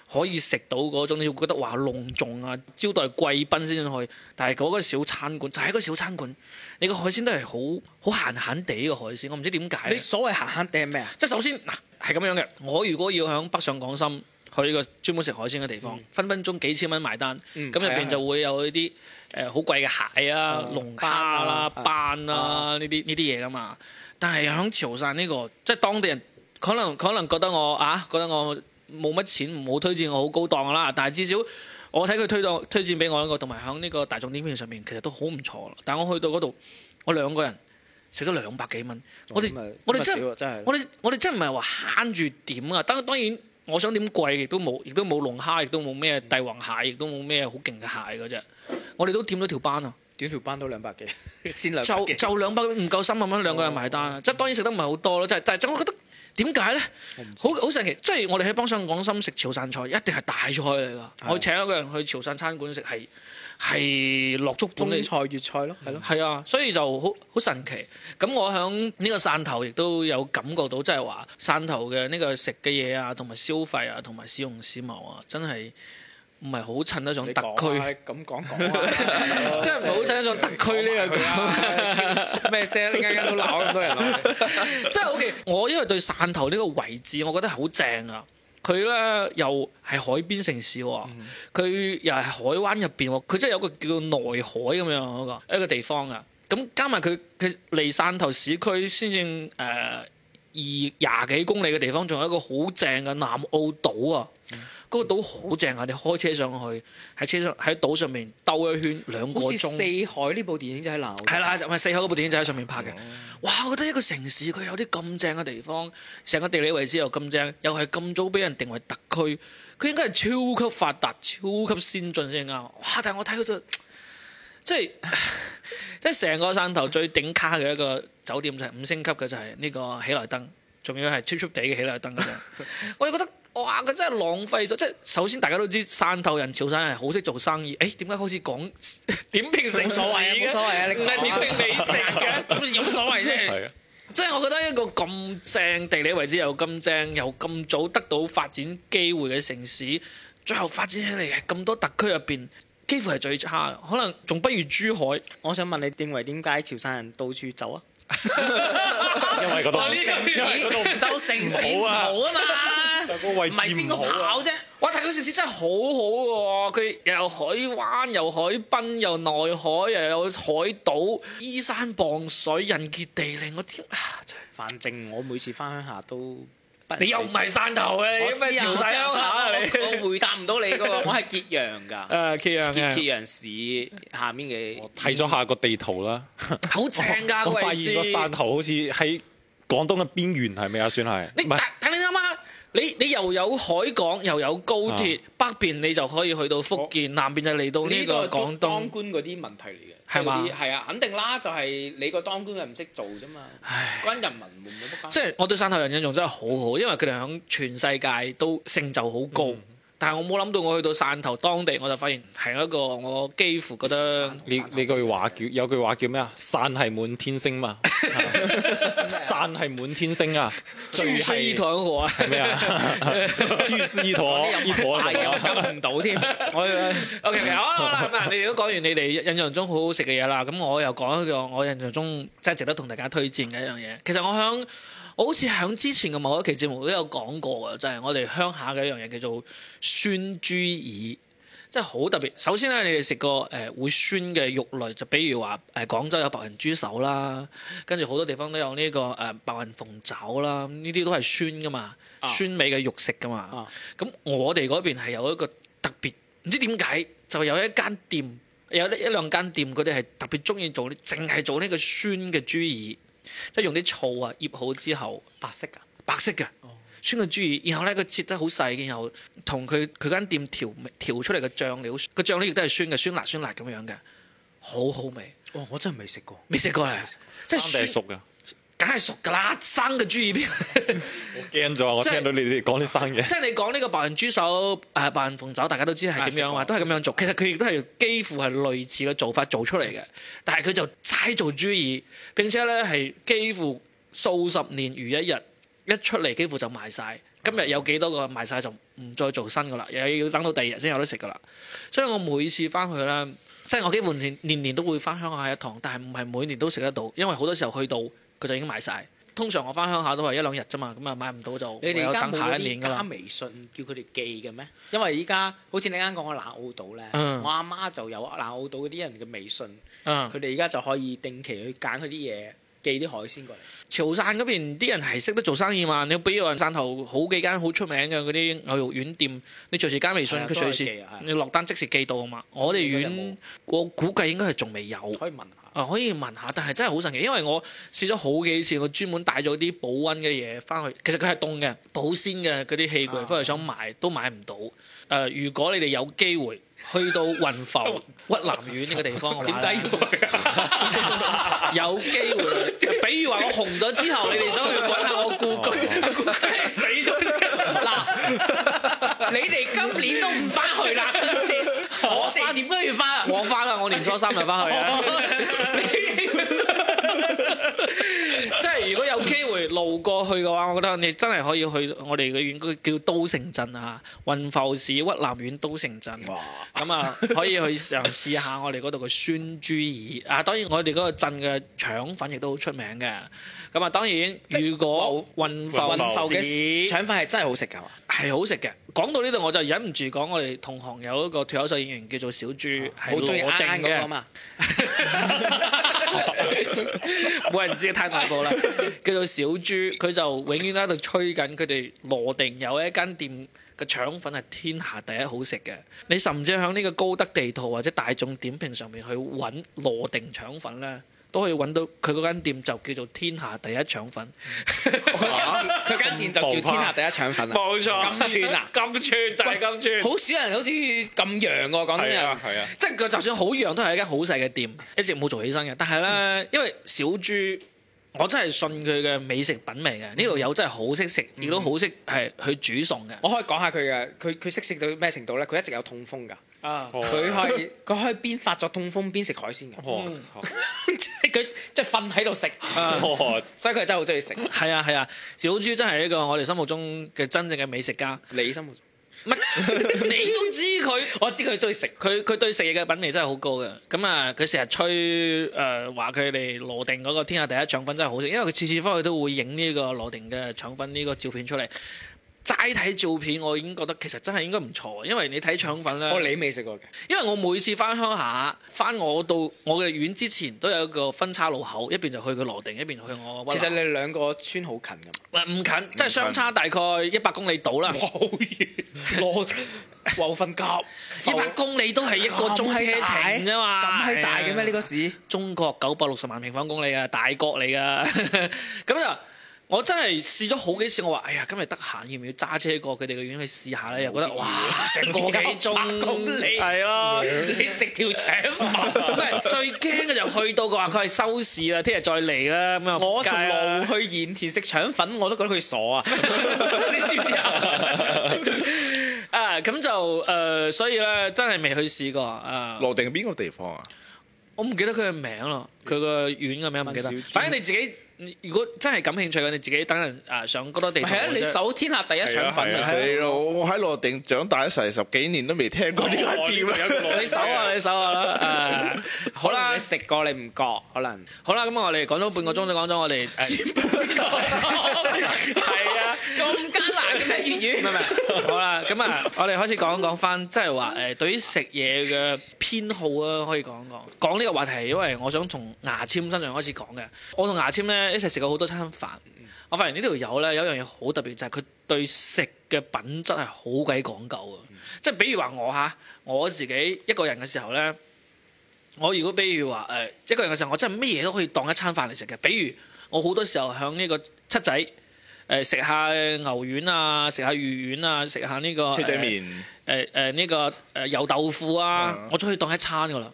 Speaker 1: 可以食到嗰種，你會覺得哇隆重啊，招待貴賓先去。但係嗰個小餐館就係、一個小餐館，你個海鮮都係好好閒閒地嘅海鮮，我唔知點解。
Speaker 2: 你所謂閒閒地係咩啊？
Speaker 1: 即係首先嗱係咁樣嘅，我如果要喺北上廣深去呢個專門食海鮮嘅地方，分分鐘幾千蚊埋單，
Speaker 2: 嗯
Speaker 1: 咁入
Speaker 2: 係啊係
Speaker 1: 邊
Speaker 2: 啊哦
Speaker 1: 就會有呢啲誒好貴嘅蟹啊、龍蝦啦、
Speaker 2: 斑啊
Speaker 1: 斑啊呢啲呢啲嘢噶嘛。但係喺潮汕呢、個，即係當地人可能可能覺得我啊，覺得我冇乜錢，唔好推薦我好高檔啦。但係至少我睇佢推檔推薦俾我一個，同埋喺呢個大眾點評上面其實都好唔錯啦。但我去到嗰度，我兩個人食咗兩百幾蚊，我哋
Speaker 2: 咁啊
Speaker 1: 我哋
Speaker 2: 咁啊
Speaker 1: 真
Speaker 2: 少啊真係
Speaker 1: 我哋我哋真唔係話慳住點啊！當當然，我想點貴亦都冇，亦都冇龍蝦，亦都冇咩帝王蟹，亦都冇咩好勁嘅蟹嗰只。我哋都點咗條斑啊！
Speaker 2: 短條班都兩百幾， 千兩百
Speaker 1: 就
Speaker 2: 幾，哦
Speaker 1: 就兩百唔夠三百蚊兩個人埋單，啊即係當然食得唔係好多咯，即係但係我覺得點解咧？好好神奇，即係我哋喺幫上廣深食潮汕菜，一定係大菜嚟㗎。我請一個人去潮汕餐館食係係落足本
Speaker 2: 中
Speaker 1: 嘅
Speaker 2: 菜粵菜咯，係咯。
Speaker 1: 係啊，所以就好好神奇。咁我響呢個汕頭亦都有感覺到，即係話汕頭嘅呢個食嘅嘢啊，同埋消費啊，同埋市容市貌啊，真係唔係好襯得上
Speaker 2: 你
Speaker 1: 特
Speaker 2: 講啊
Speaker 1: 區，
Speaker 2: 咁講講 啊，
Speaker 1: 真係唔係好襯得上特區呢個
Speaker 2: 個咩啫？你間間都鬧咁多人落嚟，
Speaker 1: 真係好奇。我因為對汕頭呢個位置，我覺得好正啊！佢咧又係海邊城市喎，
Speaker 2: 嗯
Speaker 1: 佢又係海灣入邊喎，佢真係有個叫內海咁樣嗰個一個地方啊。咁加埋佢佢離汕頭市區先至誒二廿幾公里嘅地方，仲有一個好正嘅南澳島啊！
Speaker 2: 嗯
Speaker 1: 嗰個島好正啊！你開車上去，喺車上喺島上面兜一圈兩個
Speaker 2: 好似
Speaker 1: 鐘。
Speaker 2: 四海呢部電影就喺南澳。
Speaker 1: 係啦，就咪四口嗰部電影就喺上面拍嘅。哇！我覺得一個城市佢有啲咁正嘅地方，成個地理位置又咁正，又係咁早俾人定為特區，佢應該係超級發達、超級先進先啱。哇！但係我睇佢就即係即係成個汕頭最頂卡嘅一個酒店就係五星級嘅就係呢個喜來登，仲要係 cheap cheap 地嘅喜來登嗰陣。 我就覺得哇，佢真係浪費咗。即係首先大家都知汕頭人、潮汕人好識做生意。誒點解開始講 點評城市嘅？
Speaker 2: 冇所謂啊冇所謂啊你
Speaker 1: 唔係點評美食嘅，咁有乜所謂啫？
Speaker 3: 係啊，
Speaker 1: 即係我覺得一個咁正地理位置又咁正，又咁早得到發展機會嘅城市，最後發展起嚟係咁多特區入邊，幾乎係最差嘅，可能仲不如珠海。
Speaker 2: 我想問你，認為點解潮汕人到處走啊？
Speaker 3: 因為嗰度
Speaker 1: 就呢個
Speaker 3: 因為嗰度
Speaker 2: 就城市
Speaker 3: 唔好啊
Speaker 2: 唔嘛，
Speaker 3: 就個位
Speaker 2: 唔
Speaker 3: 置
Speaker 2: 係邊個
Speaker 3: 唔好啊
Speaker 2: 跑啫？
Speaker 1: 哇！但係佢城市真係好好喎，佢又有海灣，又海濱，又內海，又有海島，依山傍水，人傑地靈。我天啊！真係
Speaker 2: 反正我每次翻鄉下都不
Speaker 1: 你又唔係汕頭嘅，你
Speaker 2: 我
Speaker 1: 咩
Speaker 2: 知啊
Speaker 1: 潮汕鄉下啊
Speaker 2: 我知啊
Speaker 1: 你？
Speaker 2: 我我回答唔到你嗰個，我係揭陽㗎，
Speaker 1: 誒，揭陽
Speaker 2: 揭
Speaker 1: 嘅，
Speaker 2: 揭陽市下面嘅。
Speaker 3: 睇咗下個地圖啦，
Speaker 1: 好正㗎個
Speaker 3: 我發
Speaker 1: 位
Speaker 3: 現個
Speaker 1: 置。
Speaker 3: 汕頭好似喺廣東嘅邊緣，係咪啊？算係
Speaker 1: 你
Speaker 3: 唔係
Speaker 1: 但但你諗下，你你又有海港，又有高鐵，北邊你就可以去到福建，南邊就嚟到呢個
Speaker 2: 都
Speaker 1: 廣
Speaker 2: 當
Speaker 1: 東。
Speaker 2: 官嗰啲問題嚟嘅，
Speaker 1: 係嘛
Speaker 2: 即係嗰啲係啊，肯定啦，就係你個當官嘅唔識做啫嘛，關人民會唔會不關
Speaker 1: 即係我對汕頭人印象真係好好，因為佢哋響全世界都成就好高。
Speaker 3: 嗯
Speaker 1: 但係我冇諗到我去到汕頭當地，我就發現係一個我幾乎覺得
Speaker 3: 你你句話叫有句話叫咩啊？散係滿天星嘛，散係滿天星啊，最
Speaker 1: 是一
Speaker 3: 係
Speaker 1: 團火 啊！
Speaker 3: 咩啊？豬是一坨，一坨什
Speaker 2: 係啊，
Speaker 3: 麼
Speaker 2: 我跟唔 到添，我
Speaker 1: OK，OK，好啦好啦，咁啊，你哋都講完你哋印象中好好食嘅嘢啦，咁我又講一個我印象中真係值得同大家推薦嘅一樣嘢。其實我響我好似響之前嘅某一期節目都有講過啊嘅，就係、我哋鄉下嘅一樣嘢叫做酸豬耳。真係好特別。首先咧，你哋食過誒會酸嘅肉類，就比如話誒、呃廣州有白雲豬手啦，跟住好多地方都有呢、個誒、白雲鳳爪啦，呢啲都係酸噶嘛，酸味嘅肉食噶嘛
Speaker 2: 啊。
Speaker 1: 咁、我哋嗰邊係有一個特別，唔知點解就有一間店，有一一兩間店佢哋係特別中意做呢，淨係做呢個酸嘅豬耳，即係用啲醋啊醃好之後。
Speaker 2: 白色㗎。
Speaker 1: 白色嘅，酸嘅豬耳，然後咧佢切得好細嘅，然後同佢佢間店調味調出嚟嘅醬料，個醬料亦都係酸嘅，酸辣酸辣咁樣嘅，好好味，
Speaker 2: 哦，我真係未食過，
Speaker 1: 未食過咧，即
Speaker 3: 三
Speaker 1: 係
Speaker 3: 地係熟
Speaker 1: 酸，
Speaker 3: 噶，
Speaker 1: 梗係熟㗎啦，生嘅豬耳邊？
Speaker 3: 我驚咗啊！我
Speaker 1: 即係
Speaker 3: 聽到你哋講啲生嘢，
Speaker 1: 即係你講呢個白雲豬手誒、呃白雲鳳爪，大家都知係點樣啊嘛，都係咁樣做。其實佢亦都係幾乎係類似嘅做法做出嚟嘅，但係佢就齋做豬耳，並且咧係幾乎數十年如一日，一出嚟幾乎就賣晒。今日有幾多個賣晒就唔再做新噶啦，又要等到第二日先有得食噶啦。所以我每次翻去咧，即係我幾乎年年年都會翻鄉下一趟，但係唔係每年都食得到，因為好多時候去到佢就已經賣晒。通常我翻鄉下都係一兩日啫嘛，咁啊買唔到就
Speaker 2: 你
Speaker 1: 唯
Speaker 2: 哋
Speaker 1: 有
Speaker 2: 而家
Speaker 1: 等
Speaker 2: 冇
Speaker 1: 下
Speaker 2: 嗰
Speaker 1: 一年
Speaker 2: 啲
Speaker 1: 㗎
Speaker 2: 加
Speaker 1: 啦。
Speaker 2: 微信叫佢哋寄嘅咩？因為依家好似你啱講我南澳島咧，
Speaker 1: 嗯
Speaker 2: 我阿媽就有南澳島嗰啲人嘅微信，
Speaker 1: 嗯
Speaker 2: 佢哋而家就可以定期去揀佢啲嘢，寄啲海鮮過嚟。
Speaker 1: 潮汕嗰邊啲人係識得做生意嘛？你比如話汕頭好幾間好出名嘅嗰啲牛肉丸店，你隨時加微信，
Speaker 2: 係啊
Speaker 1: 佢隨
Speaker 2: 都係寄
Speaker 1: 時
Speaker 2: 啊係啊
Speaker 1: 你落單即時寄到啊嘛。我哋
Speaker 2: 嗰隻冇
Speaker 1: 院我估計應該係仲未有
Speaker 2: 可以問下。
Speaker 1: 啊，可以問下，但係真係好神奇，因為我試咗好幾次，我專門帶咗啲保温嘅嘢翻去，其實佢係凍嘅保鮮嘅嗰啲器具，
Speaker 2: 啊
Speaker 1: 翻去想買都買唔到。誒、如果你哋有機會去到雲浮屈南苑呢個地方，我
Speaker 2: 點解要去啊？
Speaker 1: 有機會？比如話我紅咗之後，你哋想去揾下我故居，真係死咗嗱！你哋今年都唔翻去啦，春 節，我哋點解要翻 啊？我翻啦，我年初三就翻去啊啦。哦 即係如果有機會路過去嘅話，我覺得你真係可以去我哋嘅縣區叫都城鎮啊，雲浮市屈南縣都城鎮。咁啊，可以去嘗試下我哋嗰度嘅酸豬耳啊！當然我哋嗰個鎮嘅腸粉亦都好出名嘅。咁啊，當然如果雲
Speaker 2: 雲
Speaker 1: 浮
Speaker 2: 浮嘅
Speaker 1: 市
Speaker 2: 腸粉係真係好食㗎嘛，
Speaker 1: 係好食嘅。講到呢度我就忍唔住講，我哋同行有一個脱口秀演員叫做小豬，係
Speaker 2: 啊好中意
Speaker 1: 羅定
Speaker 2: 啱啱嗰個
Speaker 1: 嘅。
Speaker 2: 嘛，
Speaker 1: 冇人知太恐怖啦！叫做小豬，佢就永遠喺度吹緊佢哋羅定有一間店嘅腸粉係天下第一好食嘅。你甚至喺呢個高德地圖或者大眾點評上面去揾羅定腸粉咧，都可以揾到佢嗰間店就叫做天下第一腸 粉。
Speaker 2: 佢間店就叫天下第一腸粉啊，
Speaker 1: 啊冇錯，
Speaker 2: 金串啊，
Speaker 1: 金串 就係金串。
Speaker 2: 好少人好似咁揚喎，講真
Speaker 3: 係
Speaker 2: 又
Speaker 3: 啊。係啊，
Speaker 1: 即係佢就算好樣，都係一間好細嘅店，一直冇做起身嘅。但係咧，因為小豬，我真係信佢嘅美食品味嘅。呢
Speaker 2: 嗯
Speaker 1: 度友真係好識食，亦都好識係去煮餸嘅。
Speaker 2: 我可以講下佢嘅，佢佢識食到咩程度咧？佢一直有痛風㗎，
Speaker 1: 啊，
Speaker 2: 佢可以佢可以邊發作痛風邊食海鮮㗎，
Speaker 1: 哦
Speaker 3: 哇
Speaker 4: 嗯
Speaker 2: 即係佢即係瞓喺度食，
Speaker 3: 哇
Speaker 2: 啊所以佢真係好中意食。
Speaker 1: 係啊係啊，小豬真係一個我哋心目中嘅真正嘅美食家。
Speaker 2: 你心目中，
Speaker 1: 乜 你都知佢，
Speaker 2: 我知佢中意食，
Speaker 1: 佢佢對食嘢嘅品味真係好高嘅。咁啊，佢成日吹誒話佢哋羅定嗰個天下第一腸粉真係好食，因為佢次次翻去都會影呢個羅定嘅腸粉呢個照片出嚟。齋睇照片，我已經覺得其實真係應該唔錯，因為你睇腸粉咧。
Speaker 2: 我哦你未食過嘅，
Speaker 1: 因為我每次翻鄉下，翻我到我嘅院之前，都有一個分叉路口，一邊就去佢羅定，一邊去我
Speaker 2: 其
Speaker 1: 屈
Speaker 2: 實
Speaker 1: 南。
Speaker 2: 你兩個村好 近㗎嘛，
Speaker 1: 唔近，即係相差大概一百公里到啦。
Speaker 2: 好遠，攞牛瞓覺，
Speaker 1: 一百公里都係一個鐘車程啫嘛。啊
Speaker 2: 咁閪大嘅咩？呢個市？
Speaker 1: 中國九百六十萬平方公里啊，大國嚟噶。 咁就我真係試咗好幾次，我話：哎呀，今日得閒，要唔要揸車過佢哋嘅院去試下咧？又覺得哇，成個幾鐘
Speaker 2: 公里
Speaker 1: 係咯。
Speaker 2: 你食條腸粉？
Speaker 1: 唔係最驚嘅就去到佢話佢係收市啦，聽日再嚟啦咁啊！
Speaker 2: 我從
Speaker 1: 仆街啦
Speaker 2: 羅湖去鹽田食腸粉，我都覺得佢傻 啊！你知唔知啊？
Speaker 1: 啊，咁就誒、呃所以咧真係未去試過啊！
Speaker 4: 羅定係邊個地方啊？
Speaker 1: 我唔記得佢嘅名咯，佢個院嘅名唔記得
Speaker 2: 小。
Speaker 1: 反正你自己，如果真係感興趣嘅，你自己等人啊上嗰多地圖
Speaker 2: 係啊，你
Speaker 1: 或者
Speaker 2: 搜天下第一腸粉
Speaker 3: 係啊
Speaker 2: 啊！
Speaker 4: 死咯！我我喺羅定長大咗成十幾年都未聽過呢
Speaker 2: 哦
Speaker 4: 間店
Speaker 3: 我呢度 有一個
Speaker 4: 啊！
Speaker 1: 你 搜下你搜下啦。啊，好
Speaker 2: 好啦，
Speaker 1: 啦
Speaker 2: 你食過你唔覺可能。
Speaker 1: 好啦，咁我哋講咗半個鐘，就講咗我哋誒
Speaker 2: 係啊，咁艱難嘅咩粵
Speaker 1: 唔係唔係，好啦，咁啊，我哋開始講講翻，即係話誒，對於食嘢嘅偏好啊，可以講講。講呢個話題係因為我想從牙籤身上開始講嘅。我同牙籤咧一齊食過好多餐飯，嗯我發現呢條友咧有一樣嘢好特別，就係佢對食嘅品質係好鬼講究嘅。即係比如話我吓，我自己一個人嘅時候咧，我如果比如話誒、一個人嘅時候，我真係乜嘢都可以當一餐飯嚟食嘅。比如我好多時候響呢個七仔。誒食下牛丸啊，食下魚丸啊，食下呢個
Speaker 4: 車仔麵
Speaker 1: 誒誒呢個誒油豆腐啊
Speaker 4: 嗯，
Speaker 1: 我都可以當一餐噶啦，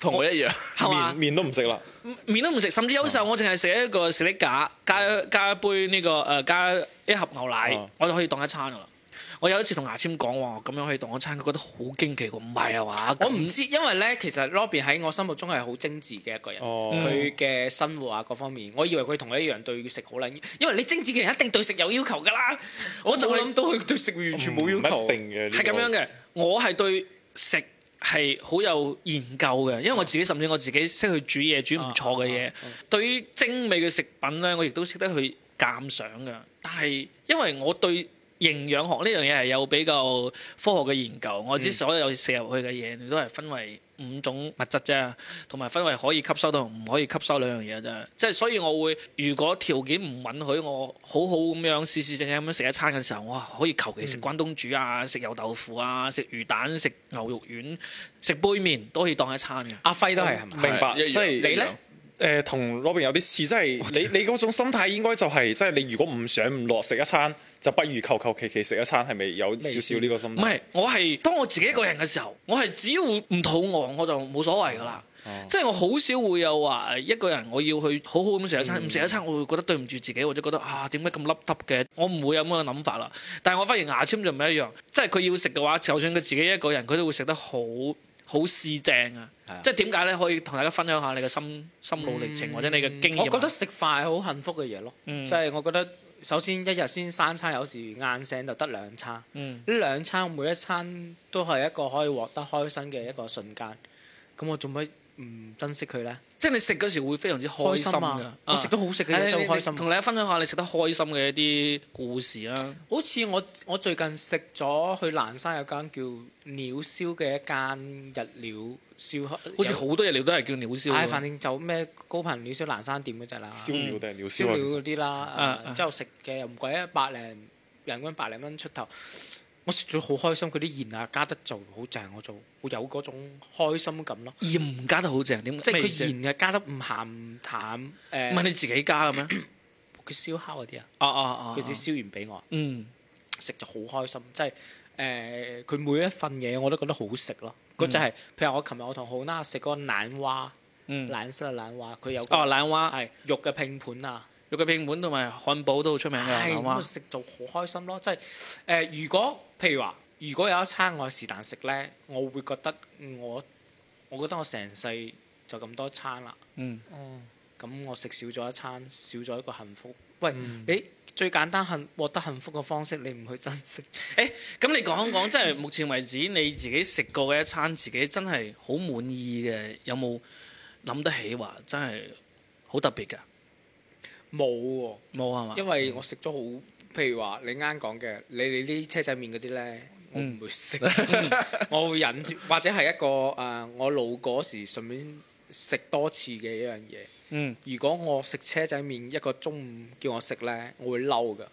Speaker 4: 同我一樣，
Speaker 1: 係嘛？
Speaker 3: 面面都唔食啦，
Speaker 1: 面都唔食，甚至有時候我淨係食一個士力架，加加一杯呢、個誒、呃加一盒牛奶，
Speaker 3: 哦
Speaker 1: 我就可以當一餐噶啦。我有一次同牙籤講話，我咁樣可以當一餐，佢覺得好驚奇喎，唔係啊嘛？
Speaker 2: 我唔知，因為咧，其實 Robin 喺我心目中係好精緻嘅一個人，
Speaker 3: 哦
Speaker 2: 佢嘅、生活啊各方面，我以為佢同我一樣對食好撚，因為你精緻嘅人一定對食有要求㗎啦，我就
Speaker 1: 係
Speaker 2: 諗到佢對食完全冇要求
Speaker 3: 唔一。定嘅，
Speaker 1: 係咁樣
Speaker 3: 嘅。
Speaker 1: 嘅，我係對食係好有研究嘅，因為我自己甚至我自己識去煮嘢，煮
Speaker 2: 啊
Speaker 1: 唔錯嘅嘢。對於精美嘅食品咧，我亦都識得去鑑賞嘅。但係因為我對營養學呢樣嘢係有比較科學嘅研究，我知所有食入去嘅嘢，你都係分為五種物質啫，同埋分為可以吸收同唔可以吸收兩樣嘢啫。即係所以，我會如果條件唔允許我好好咁樣試試正正咁樣食一餐嘅時候，我可以求其食關東煮啊，食油豆腐啊，食魚蛋、食牛肉丸、食杯麵都可以當一餐嘅。
Speaker 2: 阿輝都係係咪？
Speaker 3: 明白，
Speaker 4: 係一樣
Speaker 3: 即係
Speaker 2: 你咧
Speaker 3: 誒同 Robin 有啲似，即係你你嗰種心態應該就係、即係你如果唔上唔落食一餐，就不如求求其其食一餐，係咪有少少呢個心
Speaker 1: 唔
Speaker 3: 態？
Speaker 1: 係，我係當我自己一個人嘅時候，我係只要唔肚餓我就冇所謂噶啦。
Speaker 2: 哦
Speaker 1: 即係我好少會有話誒一個人我要去好好咁食一
Speaker 2: 嗯
Speaker 1: 餐，唔食、一餐我會覺得對唔住自己，或者覺得啊點解咁凹凸嘅，我唔會有咁嘅諗法啦。但係我發現牙籤就唔一樣，即係佢要食嘅話，就算佢自己一個人，佢都會食得好好試正啊
Speaker 2: 係啊！嗯
Speaker 1: 即係點解咧？可以同大家分享下你嘅心心路歷程或者你嘅經驗啊。
Speaker 2: 我覺得食飯係好幸福嘅嘢咯，
Speaker 1: 嗯
Speaker 2: 即係我覺得首先一日先三餐，有時晏醒就得兩餐，呢
Speaker 1: 嗯
Speaker 2: 兩餐每一餐都係一個可以獲得開心嘅一個瞬間。咁我做乜唔珍惜佢呢？
Speaker 1: 即係你食嗰時會非常之開心
Speaker 2: 開心
Speaker 1: 㗎
Speaker 2: 啊我食到好食嘅嘢
Speaker 1: 啊
Speaker 2: 真係
Speaker 1: 你
Speaker 2: 好開心
Speaker 1: 你同大家分享下你食得開心嘅一啲故事啊啦。
Speaker 2: 好似我我最近食咗去蘭山有間叫鳥燒嘅一間日料燒烤，
Speaker 1: 好似啊好多嘢料都係叫鳥燒
Speaker 2: 唉，
Speaker 1: 㗎。
Speaker 2: 反正就咩高頻鳥燒蘭山店嗰只啦，
Speaker 3: 燒鳥定係鳥
Speaker 2: 燒
Speaker 3: 燒啊
Speaker 2: 料
Speaker 3: 其實
Speaker 2: 嗰？啲啦
Speaker 1: 啊，
Speaker 2: 誒
Speaker 1: 啊
Speaker 2: 之後食嘅又唔貴啊，百零人均百零蚊出頭。我食咗好開心，佢啲鹽啊加得就好正，我就會有嗰種開心感咯。
Speaker 1: 鹽加得好正，點
Speaker 2: 即係
Speaker 1: 咩意思啊
Speaker 2: 佢鹽嘅加得唔鹹唔淡，
Speaker 1: 唔係
Speaker 2: 誒
Speaker 1: 你自己加嘅咩？
Speaker 2: 佢燒烤嗰啲啊，
Speaker 1: 哦哦
Speaker 2: 佢自己燒完俾我，
Speaker 1: 嗯，
Speaker 2: 食就好開心，即係誒佢每一份嘢我都覺得好食咯。嗰就係譬如我琴日我同浩娜食嗰個懶蛙，
Speaker 1: 嗯
Speaker 2: 懶式嘅懶蛙，佢有個
Speaker 1: 哦冷蛙，
Speaker 2: 係肉嘅拼盤啊。
Speaker 1: 肉嘅拼盤同埋漢堡都好出名嘅
Speaker 2: 係
Speaker 1: 冷
Speaker 2: 咁啊
Speaker 1: 蛙。
Speaker 2: 食就好開心咯，即係誒、如果譬如話，如果有一餐我是但食咧，我會覺得嗯我我覺得我成世就咁多餐啦，
Speaker 1: 嗯，
Speaker 2: 咁我食少咗一餐，少咗一個幸福。喂，你最簡單幸獲得幸福嘅方式，你唔去珍惜，
Speaker 1: 誒，咁你講一講，即係目前為止你自己食過嘅一餐，自己真係好滿意嘅，有冇諗得起話真係好特別㗎？
Speaker 2: 冇喎、
Speaker 1: 冇啊係嘛？
Speaker 2: 因為我食咗好，譬如話你啱講嘅，你你啲車仔面嗰啲咧，我唔會食，我會忍住，或者係一個誒、呃我路嗰時順便食多次嘅一樣嘢。
Speaker 1: 嗯
Speaker 2: 如果我食車仔麵一個中午叫我食呢，我會嬲噶，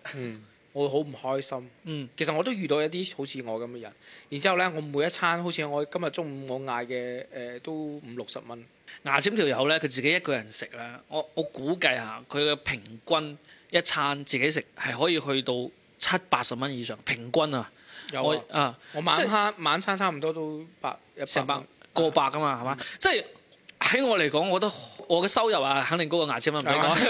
Speaker 2: 我會好唔開心。
Speaker 1: 嗯
Speaker 2: 其實我都遇到一啲好似我咁嘅人，然之後呢，我每一餐好似我今日中午我嗌嘅誒都五六十蚊，
Speaker 1: 牙籤條友咧，佢自己一個人食咧，我我估計下佢嘅平均一餐自己食係可以去到七八十蚊以上，平均啊，
Speaker 2: 有
Speaker 1: 我
Speaker 2: 啊
Speaker 1: 啊，
Speaker 2: 我晚
Speaker 1: 即係
Speaker 2: 餐晚餐差唔多都百一百
Speaker 1: 成百
Speaker 2: 蚊，
Speaker 1: 過百噶嘛，係嘛？即係喺我嚟講，我覺得我嘅收入啊，肯定高過牙籤啦，唔使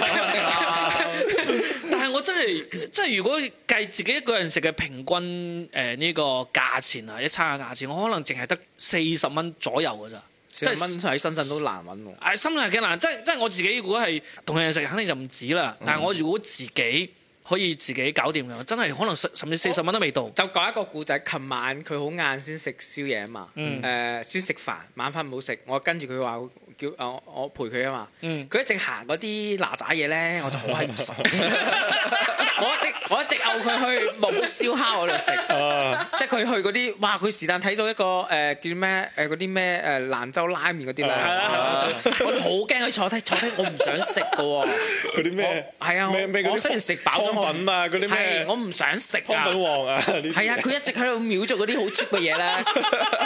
Speaker 1: 講。 但係我真係即係如果計自己一個人食嘅平均誒呢、個價錢啊，一餐嘅價錢，我可能淨係得四十蚊左右㗎咋，
Speaker 2: 即係蚊喺深圳都難揾喎。
Speaker 1: 唉，心態幾難，即係即係我自己如果係同人食，肯定就唔止啦。但係我如果自己可以自己搞掂嘅，真係可能甚甚至四十蚊都未到。
Speaker 2: 就講一個故仔，琴晚佢好晏先食宵夜啊嘛，誒、
Speaker 1: 嗯
Speaker 2: 先食飯，晚飯冇食，我跟住佢話叫啊我我陪佢啊嘛，佢、
Speaker 1: 嗯
Speaker 2: 一直行嗰啲嗱喳嘢 咧，我就好閪唔爽， 我一直我一直摳佢去木屋燒烤嗰 度
Speaker 3: 啊
Speaker 2: 食，即係佢去嗰啲，哇！佢是但睇到一個誒、呃叫咩誒嗰啲咩誒蘭州拉麵嗰啲
Speaker 3: 啊
Speaker 2: 啦，我就我好驚佢坐低坐低，我唔想食嘅喎，
Speaker 3: 嗰啲咩？
Speaker 2: 係啊，
Speaker 3: 咩咩
Speaker 2: 我
Speaker 3: 嗰啲
Speaker 2: 我雖然食飽咗
Speaker 3: 湯粉啊嗰啲咩
Speaker 2: 係我唔想食
Speaker 3: 湯
Speaker 2: 啊
Speaker 3: 粉。王啊，呢啲
Speaker 2: 係啊，佢一直喺度秒做嗰啲好 cheap 嘅嘢咧，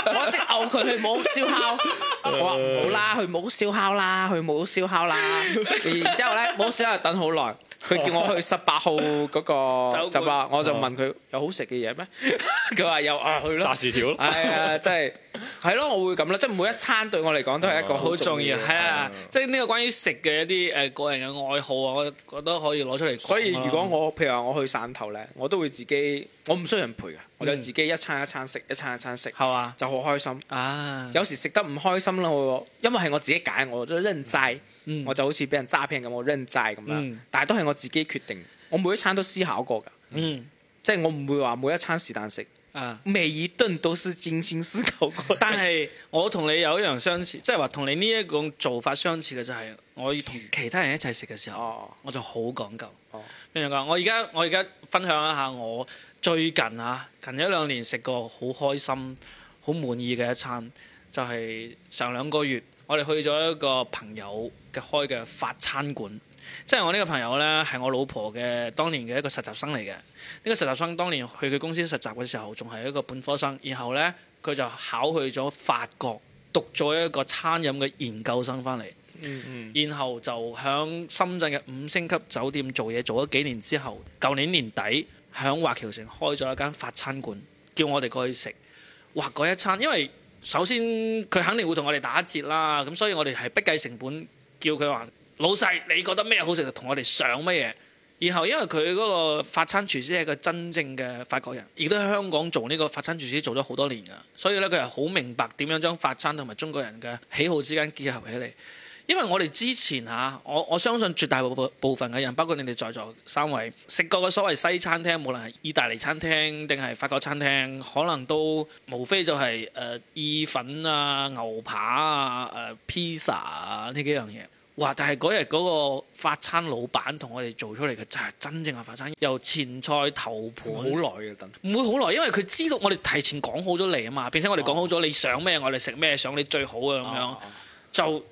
Speaker 2: 我一直摳佢去冇燒烤，我話唔好啦，去冇燒烤啦，去冇燒烤啦。然之後咧，冇燒烤等好耐，佢叫我去十八號嗰個
Speaker 1: 酒館
Speaker 2: 酒吧，我就問佢有好食嘅嘢咩？ 佢話有啊，去咯
Speaker 3: 炸。薯條咯。
Speaker 2: 係啊，真係係咯，我會咁啦，即係每一餐對我嚟講都係一個
Speaker 1: 哦好
Speaker 2: 好
Speaker 1: 重
Speaker 2: 重
Speaker 1: 要，
Speaker 2: 要。
Speaker 1: 係啊，即係呢個關於食嘅一啲誒個人嘅愛好啊，我覺得可以攞出嚟講啊。
Speaker 2: 所以如果我譬如話我去汕頭咧，我都會自己，我唔需要人陪嘅，我就自己一餐一餐食，一餐一餐食，
Speaker 1: 係嘛
Speaker 2: 就好開心。
Speaker 1: 啊，
Speaker 2: 有時食得唔開心啦，我因為係我自己揀，我都認債，
Speaker 1: 嗯
Speaker 2: 我就好似俾人詐騙咁，我認債咁樣，
Speaker 1: 嗯
Speaker 2: 但係都係我自己決定，我每一餐都思考過㗎，
Speaker 1: 嗯
Speaker 2: 即係我唔會話每一餐是但食，
Speaker 1: 啊，
Speaker 2: 每一頓都是精心思考 過。
Speaker 1: 但係我同你有一樣相似，即係話同你呢一種做法相似嘅就係，我要同其他人一齊食嘅時候，
Speaker 2: 哦
Speaker 1: 我就好講究。
Speaker 2: 哦
Speaker 1: 邊樣講？我而家我而家分享一下我最近啊，近一兩年食過好開心、好滿意嘅一餐，就係、上兩個月我哋去咗一個朋友嘅開嘅法餐館。即係我呢個朋友呢，係我老婆嘅當年嘅一個實習生嚟嘅。呢、個實習生當年去佢公司實習嘅時候，仲係一個本科生，然後呢，佢就考去咗法國讀咗一個餐飲嘅研究生翻嚟。呃然後就響深圳嘅五星級酒店做嘢，做咗幾年之後，舊年年底響華僑城開咗一間法餐館，叫我哋過去食。哇！嗰一餐，因為首先佢肯定會同我哋打折啦，咁所以我哋係不計成本叫佢話老細，你覺得咩好食就同我哋上乜嘢。然後因為佢嗰個法餐廚師係個真正嘅法國人，亦都喺香港做呢個法餐廚師做咗好多年㗎，所以咧佢係好明白點樣將法餐同埋中國人嘅喜好之間結合起嚟。因為我哋之前嚇，我我相信絕大部分部分嘅人，包括你哋在座三位，食過嘅所謂西餐廳，無論係意大利餐廳定係法國餐廳，可能都無非就係、誒、意粉啊、牛扒啊、誒、披薩啊呢幾樣嘢。哇！但係嗰日嗰個法餐老闆同我哋做出嚟嘅就係真正嘅法餐，由前菜頭盤
Speaker 2: 好耐嘅等。
Speaker 1: 唔會好耐，因為佢知道我哋提前講好咗你啊嘛，並且我哋講好咗你想咩，我哋食咩，想你最好啊嘅咁樣
Speaker 2: 哦
Speaker 1: 就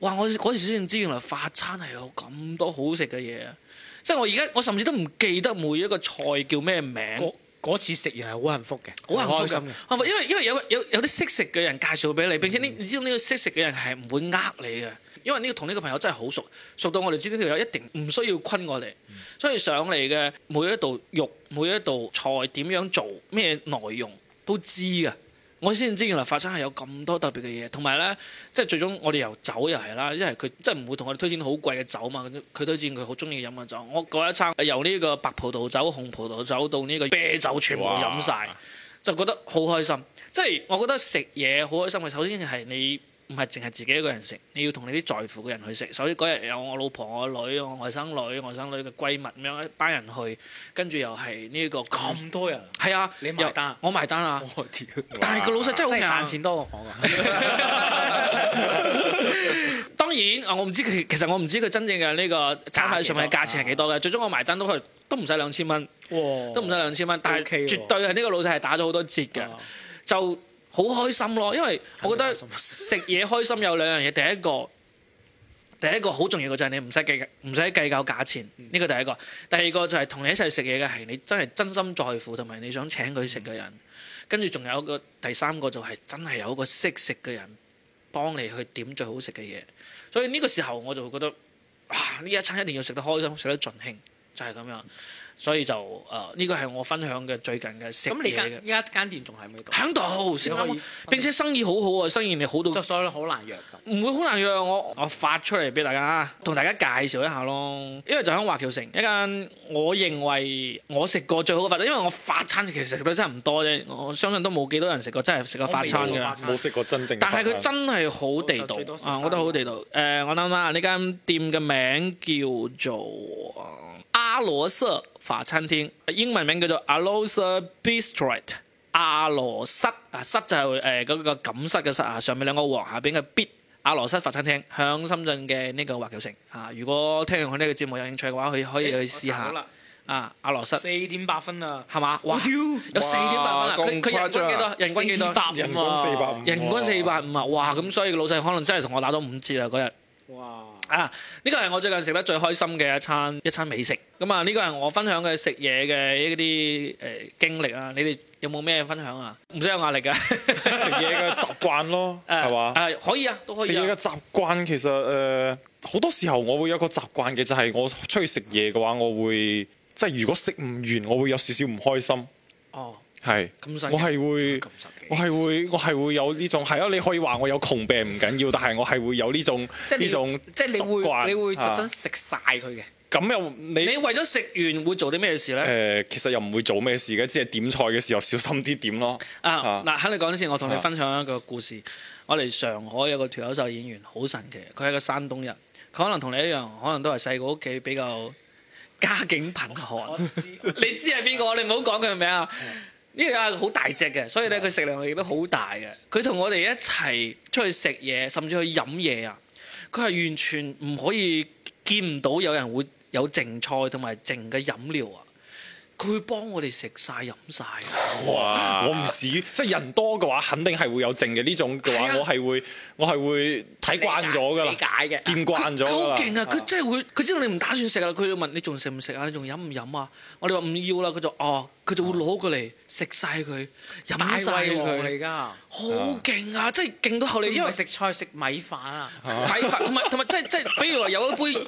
Speaker 1: 哇！我嗰時先知原來法餐係有咁多好食嘅嘢啊！即係我而家我甚至都唔記得每一個菜叫咩名
Speaker 2: 嗰，嗰次食完係好幸福嘅，
Speaker 1: 好幸
Speaker 2: 開心
Speaker 1: 福
Speaker 2: 嘅。
Speaker 1: 嘅。因為因為有有有啲識食嘅人介紹俾你，並且呢你知道呢個識食嘅人係唔會呃你嘅，因為呢個同呢個朋友真係好熟，熟到我哋知呢條友一定唔需要坤我哋，
Speaker 2: 嗯
Speaker 1: 所以上嚟嘅每一道肉、每一道菜點樣做、咩內容都知嘅。我先知原來法餐係有咁多特別嘅嘢，同埋咧，即係最終我哋由酒又係啦，因為佢真係唔會同我哋推薦好貴嘅酒嘛，佢推薦佢好中意飲嘅酒。我嗰一餐由呢個白葡萄酒、紅葡萄酒到呢個啤酒，全部飲晒，就覺得好開心。即係我覺得食嘢好開心嘅，首先係你唔係淨係自己一個人食，你要同你啲在乎嘅人去食。首先嗰日有我老婆、我女、我外甥女、外甥女嘅閨蜜咁樣一班人去，跟住又係呢個
Speaker 2: 咁多人，
Speaker 1: 係啊，
Speaker 2: 你埋單
Speaker 1: 又我埋單啊！
Speaker 2: 我屌，
Speaker 1: 但係個老細真係好
Speaker 2: 真係啊
Speaker 1: 硬
Speaker 2: 賺錢多過我㗎。
Speaker 1: 當然，啊我唔知佢其實我唔知佢真正嘅呢個餐牌上面嘅價錢係幾
Speaker 2: 啊
Speaker 1: 多嘅，最終我埋單都係都唔使兩千蚊，
Speaker 2: 哇
Speaker 1: 都唔使兩千蚊，但係
Speaker 2: OK 喎
Speaker 1: 絕對係呢個老細係打咗好多折嘅
Speaker 2: 啊，
Speaker 1: 就好開心咯。因為我覺得
Speaker 2: 肯定開
Speaker 1: 食嘢開心有兩樣嘢，第一個。第一個好重要嘅就係你唔使計唔使計較價錢，
Speaker 2: 嗯
Speaker 1: 呢個第一個。第二個就係同你一齊食嘢嘅係你真係真心在乎，同埋你想請佢食嘅人。跟住仲有一個第三個就係真係有一個識食嘅人幫你去點最好食嘅嘢。所以呢個時候我就會覺得，啊呢一餐一定要食得開心，食得盡興，就係、咁樣。所以就誒呢、個係我分享嘅最近嘅食嘢
Speaker 2: 咁你間
Speaker 1: 嘅
Speaker 2: 依家間店仲喺唔喺度？
Speaker 1: 喺度先
Speaker 2: 你可
Speaker 1: 啱
Speaker 2: 以
Speaker 1: 啊，並且生意好好啊，生意你好到
Speaker 2: 就所以好難約㗎。
Speaker 1: 唔會好難約我，我發出嚟俾大家，同大家介紹一下咯。因為就喺華僑城一間，我認為我食過最好嘅法餐，因為我法餐其實食得真係唔多啫，我相信都冇幾多人食過真係食過法餐
Speaker 2: 我未食過
Speaker 1: 嘅
Speaker 2: 法。
Speaker 3: 冇食過真正嘅
Speaker 1: 但
Speaker 3: 啊法
Speaker 1: 係
Speaker 3: 餐。
Speaker 1: 佢真係好地
Speaker 2: 我就最
Speaker 1: 道
Speaker 2: 多食
Speaker 1: 啊！
Speaker 2: 三
Speaker 1: 我覺得好地道。誒、我諗下呢間店嘅名叫做呃阿羅瑟法餐廳，英文名叫做 Alosa Bistro。阿羅瑟啊，瑟就係誒嗰個錦瑟嘅瑟啊，上面兩個王，下邊嘅必。阿羅瑟法餐廳響深圳嘅呢個華僑城啊，如果聽完佢呢個節目有興趣嘅話，佢可以去試
Speaker 2: 我查到
Speaker 1: 下
Speaker 2: 啦
Speaker 1: 啊。阿羅瑟
Speaker 2: 四點八分啊！
Speaker 1: 係嘛？哇，有四點八分啦！啊佢佢人均幾多？人均幾多？
Speaker 2: 4.85
Speaker 3: 人工
Speaker 2: 啊
Speaker 3: 四百五，
Speaker 1: 人均四百五啊！哇，咁所以老細可能真係同我打咗五折啊嗰日。
Speaker 2: 哇！
Speaker 1: 啊！呢個係我最近食得最開心嘅一餐一餐美食。咁啊，呢個係我分享嘅食嘢嘅一啲誒經歷啊。你哋有冇咩分享啊？唔使有壓力㗎。
Speaker 3: 食
Speaker 1: 食
Speaker 3: 嘢嘅習慣咯，係
Speaker 1: 係
Speaker 3: 嘛？
Speaker 1: 誒可以啊，
Speaker 2: 哦
Speaker 1: 都可
Speaker 3: 食
Speaker 1: 以
Speaker 3: 嘢嘅
Speaker 1: 啊。
Speaker 3: 習慣其實誒好、多時候我會有個習慣嘅，就係、我出去食嘢嘅話，我會即係如果食唔完，我會有少少唔開心。
Speaker 1: 哦，
Speaker 3: 係，
Speaker 1: 咁神奇
Speaker 3: 我係會
Speaker 2: 咁神奇，
Speaker 3: 我係會，我係會有呢種係啊！你可以話我有窮病唔緊要，但係我係會有呢種
Speaker 2: 即係你
Speaker 3: 呢種
Speaker 2: 即係你
Speaker 3: 習慣
Speaker 2: 會你會特登
Speaker 3: 啊
Speaker 2: 食晒佢嘅。
Speaker 3: 咁又你
Speaker 1: 你為咗食完會做啲咩事
Speaker 3: 誒、
Speaker 1: 咧？
Speaker 3: 其實又唔會做咩事嘅，只係點菜嘅時候小心啲點咯。
Speaker 1: 啊，嗱，喺你講之前，我同你分享一個故事。我哋上海有個脱口秀演員，好神奇，佢係個山東人，佢可能同你一樣，可能都係細個屋企比較 家境貧寒。你知係邊個？你唔好講佢名啊！呢個係好大隻嘅，所以咧佢食量亦都好大嘅。佢同我哋一齊出去食嘢，甚至去飲嘢啊！佢係完全唔可以見唔到有人會有剩菜同埋剩嘅飲料啊！佢會幫我哋食晒飲晒啊！
Speaker 3: 哇！我唔至於，即係人多嘅話，肯定係會有剩嘅呢種嘅話，我係會我係會睇慣咗㗎啦
Speaker 2: 理，解嘅。
Speaker 3: 見慣咗
Speaker 1: 佢
Speaker 3: 㗎
Speaker 1: 好
Speaker 3: 啦。
Speaker 1: 勁啊！佢真係會，佢知道你唔打算食啦，佢要問你仲食唔食啊？你仲飲唔飲啊？我哋話唔要啦，佢就哦，佢就會攞過嚟食晒佢，
Speaker 2: 大
Speaker 1: 飲晒
Speaker 2: 胃王嚟
Speaker 1: 佢，
Speaker 2: 㗎，
Speaker 1: 好勁啊！真係勁到後嚟，
Speaker 2: 因
Speaker 1: 因為
Speaker 2: 為食菜食米飯啊，
Speaker 1: 睇法，同埋同埋即係即係，比如話有一杯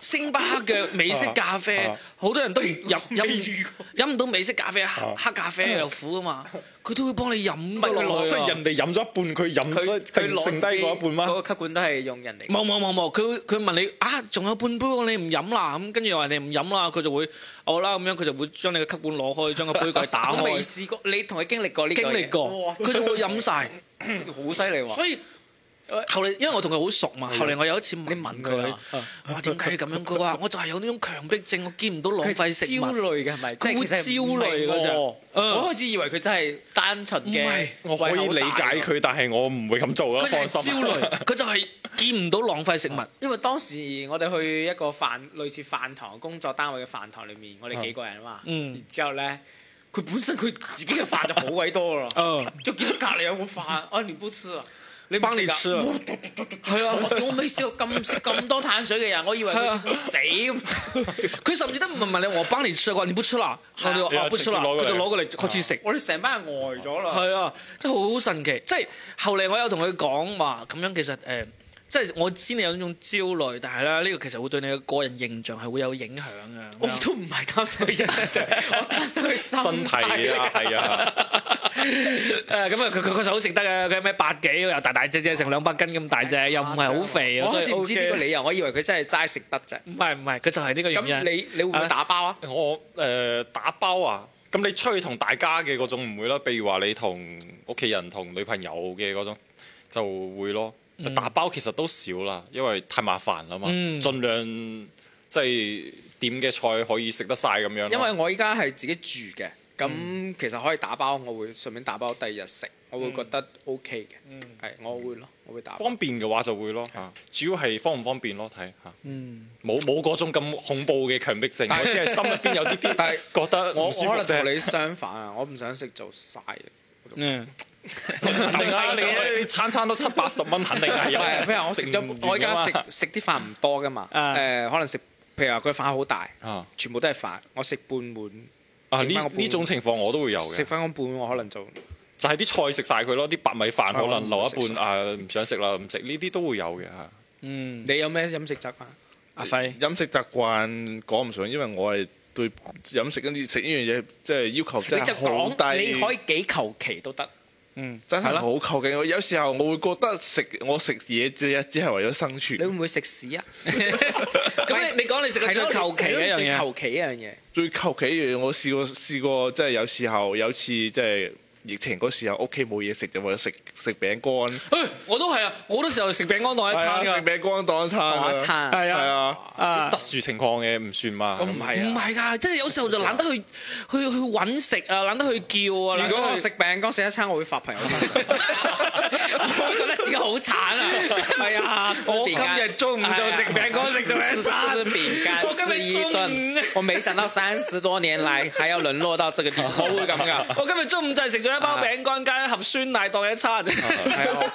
Speaker 1: 星巴克嘅美式咖啡
Speaker 3: 啊啊，
Speaker 1: 好多人都唔飲飲飲唔到美式咖啡，黑黑咖啡又苦噶嘛，佢都會幫你飲㗎落
Speaker 3: 即
Speaker 1: 去啊
Speaker 3: 係人哋飲咗一半，佢飲
Speaker 2: 佢
Speaker 3: 咗
Speaker 2: 佢
Speaker 3: 定
Speaker 2: 攞
Speaker 3: 剩低嗰一半
Speaker 2: 自己
Speaker 3: 嗎？
Speaker 2: 嗰個吸管都係用人嚟。
Speaker 1: 冇冇冇冇，佢會佢問你啊，仲有半杯喎，你唔飲啦，咁跟住話你唔飲啦，佢就會好啦，咁樣佢就會將你嘅吸管攞開，將個杯蓋打
Speaker 2: 我未
Speaker 1: 開，
Speaker 2: 試過，你同佢經歷過呢個
Speaker 1: 啊經
Speaker 2: 嘢
Speaker 1: 歷過，佢就會飲晒。
Speaker 2: 好犀利喎！
Speaker 1: 所以後嚟，因為我同佢好熟嘛，後嚟我有一次問
Speaker 2: 你問佢
Speaker 1: 佢
Speaker 2: 啦，
Speaker 1: 我話點解要咁樣？佢話我就係有呢種強迫症，我見唔到浪
Speaker 2: 佢
Speaker 1: 費食
Speaker 2: 焦
Speaker 1: 物。
Speaker 2: 慮嘅係咪？即
Speaker 1: 佢
Speaker 2: 係
Speaker 1: 會
Speaker 2: 其實唔
Speaker 1: 焦慮
Speaker 2: 係
Speaker 1: 嗰隻
Speaker 2: 我
Speaker 1: 嗯
Speaker 2: 我開始以為佢真係單純
Speaker 1: 唔
Speaker 2: 嘅
Speaker 1: 係，
Speaker 3: 我可以理
Speaker 2: 啊
Speaker 3: 解。佢，但係我唔會咁做啦，
Speaker 1: 佢就
Speaker 3: 放
Speaker 1: 係焦
Speaker 3: 心。啊
Speaker 1: 慮，佢就係見唔到浪費食物。
Speaker 2: 因為當時我哋去一個飯類似飯堂工作單位嘅飯堂裏面，我哋幾個人嘛，
Speaker 1: 嗯
Speaker 2: 然之後咧，佢本身佢自己嘅飯就好鬼多啦，
Speaker 1: 嗯
Speaker 2: 就見到隔離有個飯，啊你不吃啊，你
Speaker 1: 幫你
Speaker 2: 吃
Speaker 1: 吃啊
Speaker 2: 啊，
Speaker 1: ờ,
Speaker 2: 係啊，我未試過咁食咁多碳水嘅人，我以為
Speaker 1: 係
Speaker 2: 佢
Speaker 1: 啊
Speaker 2: 死咁，
Speaker 1: 佢甚至都唔問你，我幫你吃，佢話你不吃啦，我哋
Speaker 3: 係
Speaker 1: 話
Speaker 3: 啊
Speaker 1: 啊不吃啦，
Speaker 3: 直接
Speaker 1: 佢就
Speaker 3: 攞過嚟
Speaker 1: 攞過嚟開始食。
Speaker 2: 我哋成班人呆咗啦。
Speaker 1: 係啊，真係好神奇。即係後嚟我有同佢講話，咁樣其實誒、呃即係我知你有呢種焦慮，但係咧呢個其實會對你嘅個人形象係會有影響 嘅。
Speaker 2: 我
Speaker 1: 咁樣
Speaker 2: 都唔係擔心佢人，我擔心佢
Speaker 3: 身體啊，係啊，
Speaker 1: 誒咁啊，佢佢佢實好食得嘅，佢咩八幾又大大隻隻，成兩百斤咁大隻，又唔係好肥啊。
Speaker 2: 哦我
Speaker 1: 所以
Speaker 2: 開始唔知
Speaker 1: OK
Speaker 2: 呢個理由，我以為佢真係齋食得啫。
Speaker 1: 唔係唔係，佢就係呢個原因。
Speaker 2: 咁你你會唔會打包啊？
Speaker 3: 我誒、呃打包啊，咁你出去同大家嘅嗰種唔會啦，譬如話你同屋企人、同女朋友嘅嗰種就會咯。
Speaker 2: 嗯
Speaker 3: 打包其實都少啦，因為太麻煩啦嘛，
Speaker 1: 嗯
Speaker 3: 盡量即係點嘅菜可以食得晒咁樣咯。
Speaker 2: 因為我依家係自己住嘅，咁其實可以打包，我會順便打包第二日食，我會覺得 OK 嘅。係，我會咯，我會打包。
Speaker 3: 方便嘅話就會咯，
Speaker 2: 啊
Speaker 3: 嚇主要係方唔方便咯，睇嚇。
Speaker 1: 嗯
Speaker 3: 冇冇嗰種咁恐怖嘅強迫症，
Speaker 2: 但係
Speaker 3: 我只係心入邊有啲
Speaker 2: 但係
Speaker 3: 啲覺得
Speaker 2: 我
Speaker 3: 唔
Speaker 2: 我
Speaker 3: 舒
Speaker 2: 可
Speaker 3: 服
Speaker 2: 能同
Speaker 3: 啫。
Speaker 2: 你相反啊，我唔想食做晒嘅。
Speaker 1: 嗯
Speaker 3: 肯定啊，你你餐餐都七八十蚊，肯定係
Speaker 2: 唔
Speaker 3: 有。
Speaker 2: 係，譬如我食
Speaker 3: 唔完啊
Speaker 2: 咗，
Speaker 3: 㗎
Speaker 2: 我而家
Speaker 3: 嘛
Speaker 2: 食食啲飯唔多噶嘛。
Speaker 1: 啊
Speaker 2: 誒，可能食譬如話佢飯好大
Speaker 3: 啊，
Speaker 2: 全部都係飯，我食半碗。
Speaker 3: 啊
Speaker 2: 剩翻
Speaker 3: 呢
Speaker 2: 個半
Speaker 3: 呢種情況我都會有
Speaker 2: 食
Speaker 3: 嘅，
Speaker 2: 翻嗰半，我可能就
Speaker 3: 就係啲菜食晒佢咯，啲白米
Speaker 2: 菜
Speaker 3: 飯可能留
Speaker 2: 我唔
Speaker 3: 一半啊，唔想食啦，唔食呢啲都會有嘅嚇。
Speaker 1: 嗯，
Speaker 2: 你有咩飲食習慣？
Speaker 1: 阿輝
Speaker 4: 飲食習慣講唔上，因為我係對飲食嗰啲食呢樣嘢，即係要求
Speaker 2: 你
Speaker 4: 真
Speaker 2: 就
Speaker 4: 係好
Speaker 2: 講，
Speaker 4: 低，
Speaker 2: 你可以幾求其都得。
Speaker 4: 真係好求其。我有時候我會覺得食我食嘢只係只係為咗生
Speaker 2: 你會
Speaker 4: 存，
Speaker 2: 唔會食屎啊？
Speaker 1: 咁 你你講你食嘅最求其嘅一樣
Speaker 2: 最
Speaker 1: 嘢，
Speaker 2: 求其一樣嘢。
Speaker 4: 最求其嘅我試過試過，即係有時候有次即係疫情嗰時候，屋企冇嘢食就為咗食食餅乾，
Speaker 1: 誒我都係啊，我好多時候食餅乾當一
Speaker 4: 係啊
Speaker 1: 餐
Speaker 4: 食
Speaker 1: 㗎，
Speaker 4: 餅乾當一餐啊，
Speaker 2: 當一餐
Speaker 1: 係
Speaker 4: 係
Speaker 1: 啊
Speaker 4: 啊。
Speaker 1: 啊
Speaker 3: 特。殊情況嘅唔算嘛。
Speaker 2: 咁唔係
Speaker 1: 唔
Speaker 2: 啊。
Speaker 1: 係㗎，即係有時候就懶得去去去揾食啊，懶得去叫啊。懶
Speaker 2: 嗯
Speaker 1: 得
Speaker 2: 如果我
Speaker 1: 去
Speaker 2: 食餅乾食一餐，我會發朋友圈， 我覺得自己好慘啊！係啊，
Speaker 1: 我今日中午就食餅乾食咗一餐
Speaker 2: 吃餅乾，
Speaker 1: 我今日
Speaker 2: 吃一
Speaker 1: 中午
Speaker 2: 頓。我沒想到三十多年來還要淪落到這個地步，我會咁㗎。
Speaker 1: 我今日中午就係食咗一包餅乾加一盒酸奶當一餐，
Speaker 2: 係啊，我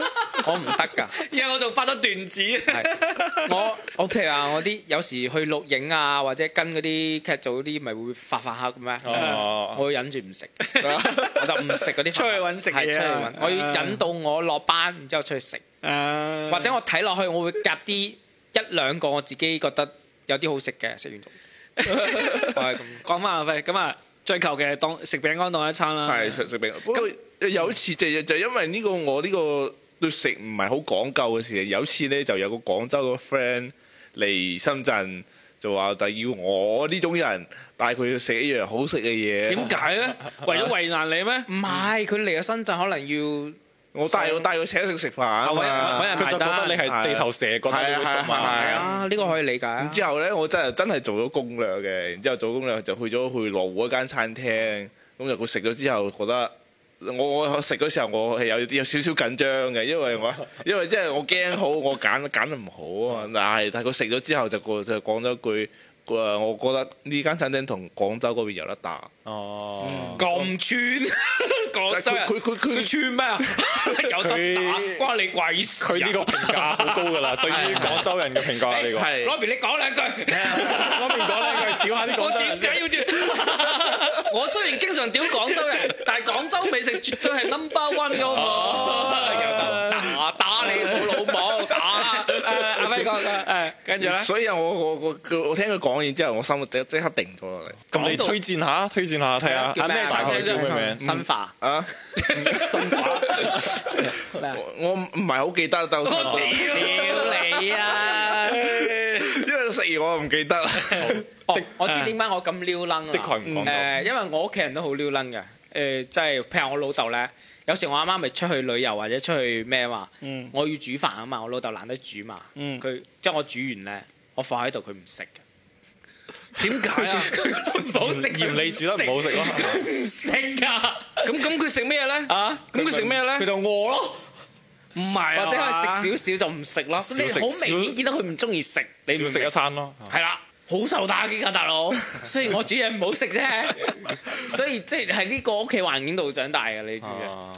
Speaker 2: 我唔得㗎。
Speaker 1: 然後我就發咗段子。
Speaker 2: 係我我譬如話我啲有時去錄影啊，或者跟嗰啲劇組啲，咪會發發黑嘅咩？
Speaker 3: 哦
Speaker 2: 我會忍住唔食，我就唔食嗰啲飯。
Speaker 1: 出去揾食嘢啊
Speaker 2: 係出去揾，我要忍到我落班，然之後出去食，
Speaker 1: 誒
Speaker 2: 或者我睇落去，我會夾啲一兩個我自己覺得有啲好食嘅，食完就我係咁。
Speaker 1: 講翻阿輝，咁啊追求嘅當食餅乾當一
Speaker 2: 啊
Speaker 1: 餐啦。
Speaker 4: 係食食餅。不過有一次就就因為呢個我呢個對食唔係好講究嘅事，有一次咧就有個廣州個 friend 嚟深圳，就話就要我呢種人帶佢去食一樣好食嘅嘢。
Speaker 1: 點解 咧？為咗為難你咩？
Speaker 2: 唔係，佢嚟咗深圳可能要。
Speaker 4: 我帶我帶佢請食食飯啊
Speaker 2: 揾揾
Speaker 4: 嘛
Speaker 2: 人
Speaker 3: 佢就覺得你係地頭蛇，覺得你會縮
Speaker 4: 係啊
Speaker 3: 埋。
Speaker 2: 係啊，呢個可以理解啊。
Speaker 4: 之後咧，我真係真係做咗攻略嘅，然之後做攻略就去咗去羅湖一間餐廳，咁就佢食咗之後覺得。我我食嗰時候我係有有少少緊張嘅，因為我 因為即係我驚好，我揀揀得唔好啊嘛。但係但係佢食咗之後就個就講咗一句，誒、我覺得呢間餐廳同廣州嗰邊有得打。
Speaker 1: 嗯
Speaker 3: 哦，
Speaker 2: 咁 串廣州人，
Speaker 4: 佢佢佢
Speaker 2: 佢串咩啊？啊 有得打
Speaker 3: 佢
Speaker 2: 關你鬼事啊！
Speaker 3: 佢呢個評價好高㗎啦，對於廣州人嘅評價啊呢個。
Speaker 4: 係
Speaker 2: Robby，你講兩句，
Speaker 3: 方便講呢句，屌下啲
Speaker 2: 我
Speaker 3: 廣州
Speaker 2: 點
Speaker 3: 人先
Speaker 2: 解要屌？ 我雖然經常屌廣州人，但係廣州美食絕對係 number one 嘅，好唔好？哦有得打打你老母，打啦！誒阿輝 哥，誒跟住咧，
Speaker 4: 所以啊，我我我佢我聽佢講完之後，我心即即刻定咗落嚟。
Speaker 3: 咁你
Speaker 2: 講到
Speaker 3: 推薦下，推薦下睇下
Speaker 2: 叫咩
Speaker 3: 啊大概叫咩名？
Speaker 5: 新化
Speaker 4: 啊！
Speaker 3: 新化
Speaker 4: 我我唔係好記得，但我
Speaker 1: 嗯
Speaker 2: 我屌你啊！
Speaker 4: 因為食完我唔記得啦。
Speaker 2: 哦，我知點解我咁撩楞啦。
Speaker 3: 的確唔講到
Speaker 2: 誒，因為我屋企人都好撩楞嘅。誒，即係譬如我老豆咧，有時我阿媽咪出去旅遊或者出去咩啊嘛，我要煮飯啊嘛，我老豆懶得煮嘛。佢即係我煮完咧，我放喺度佢唔食嘅。點解啊？唔好食
Speaker 3: 嫌你煮得唔好食咯
Speaker 2: 唔食㗎。
Speaker 1: 咁咁佢食咩咧？
Speaker 2: 啊！
Speaker 1: 咁佢食咩咧
Speaker 2: 佢就餓咯，
Speaker 1: 唔係
Speaker 2: 或者
Speaker 1: 啊
Speaker 2: 佢食少少就唔食咯。你
Speaker 3: 食
Speaker 2: 好明顯見到佢唔中意食，你
Speaker 3: 少
Speaker 2: 唔
Speaker 3: 食一餐咯。
Speaker 2: 係啦，好受打擊啊，大佬。雖然我煮嘢唔好食啫，所以即係喺呢個屋企環境度長大嘅你知唔知啊？
Speaker 3: 啊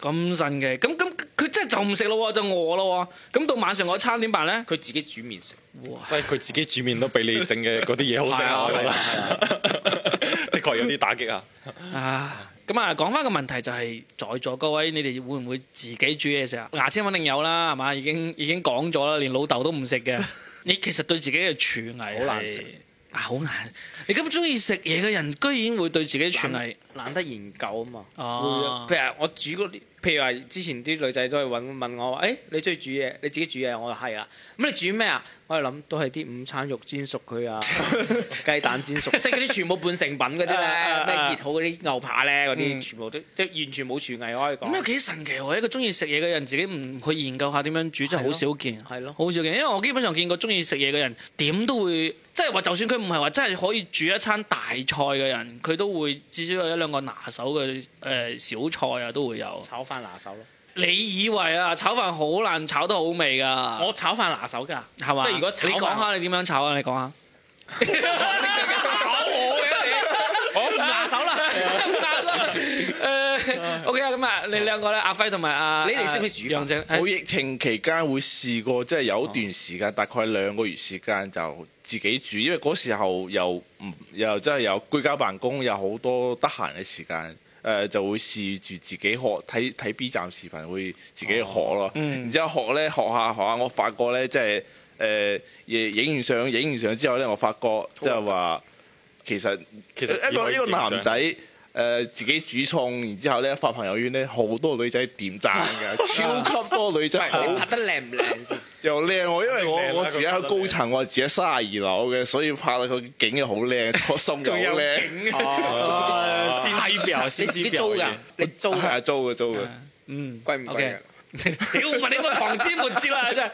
Speaker 1: 咁神嘅，咁咁佢真係就唔食咯喎，就餓咯喎。咁到晚上嗰餐點辦咧？
Speaker 2: 佢自己煮麵食，
Speaker 3: 即係佢自己煮面都比你整嘅嗰啲嘢好食
Speaker 2: 係啊
Speaker 3: 啊！ 我覺
Speaker 2: 係啊
Speaker 3: 得的確有啲打擊啊！
Speaker 1: 啊，咁啊，講翻個問題就係、在座各位，你哋會唔會自己煮嘢食啊？牙籤肯定有啦，係嘛？已經已經講咗啦，連老豆都唔食 嘅。你其實對自己嘅廚藝
Speaker 2: 好難
Speaker 1: 係
Speaker 2: 食
Speaker 1: 啊，好難。你咁中意食嘢嘅人，居然會對自己廚藝
Speaker 2: 懶懶得研究啊嘛。
Speaker 1: 哦
Speaker 2: 會啊譬如我煮嗰啲，譬如話之前啲女仔都係揾問我話：，誒、你中意煮嘢？你自己煮嘢？我話係啦。咁你煮咩啊？我係諗都係啲午餐肉煎熟佢 啊，雞蛋煎熟， 即係嗰啲全部半成品嗰啲
Speaker 1: 啊啊啊
Speaker 2: 咧，咩熱好嗰啲牛扒咧，嗰啲全部都即係完全冇廚藝可以
Speaker 1: 咁又
Speaker 2: 講。
Speaker 1: 幾神奇喎！一個中意食嘢嘅人，自己唔去研究下點樣煮，真係好少見。
Speaker 2: 係咯
Speaker 1: 好少見，因為我基本上見過中意食嘢嘅人，點都會，即係話就算佢唔係話真係可以煮一餐大菜嘅人，佢都會至少有一兩個拿手嘅誒、呃小菜啊，都會有。
Speaker 2: 炒飯拿手咯。
Speaker 1: 你以為啊，炒飯好難炒得好味㗎？
Speaker 2: 我炒飯拿手㗎，
Speaker 1: 係嘛？
Speaker 2: 即係如果炒飯
Speaker 1: 你講下你點樣炒啊？你講下。
Speaker 2: 搞我嘅 你，我唔拿手啦，唔拿手。
Speaker 1: 誒 OK 啊，咁啊，你兩個咧，阿輝同埋阿
Speaker 2: 你哋識唔識煮飯
Speaker 1: 楊正
Speaker 4: 我疫情期間會試過，即係有一段時間，大概兩個月時間就自己煮，因為嗰時候又唔又真係有居家辦公，有好多得閒嘅時間。誒、就會試住自己學睇睇 B 站視頻，會自己去學咯。然之後學咧學下學下，我發覺咧即係誒影完相影完相之後咧，我發覺即係話其實
Speaker 3: 其實
Speaker 4: 一
Speaker 3: 只
Speaker 4: 個
Speaker 3: 可以
Speaker 4: 一個
Speaker 3: 影相
Speaker 4: 男仔誒、自己煮餸，然之後咧發朋友圈咧，好多女仔點讚 㗎，超級多女仔好
Speaker 2: 你拍得靚唔靚先？
Speaker 4: 又靚我，因為
Speaker 3: 靚啦
Speaker 4: 我我
Speaker 3: 佢
Speaker 4: 住喺
Speaker 3: 覺得
Speaker 4: 高層，我係住喺三十二樓嘅，所以拍到個景又好靚，個心又好靚。
Speaker 1: 誒
Speaker 2: 啊
Speaker 1: 啊先知表，
Speaker 2: 你
Speaker 1: 先
Speaker 2: 自己
Speaker 1: 知
Speaker 2: 租㗎，你租
Speaker 4: 係
Speaker 2: 㗎
Speaker 4: 啊，租嘅租嘅，
Speaker 2: 貴唔貴啊
Speaker 1: OK
Speaker 2: 㗎？
Speaker 1: 屌，問你個旁枝末節啦，真係。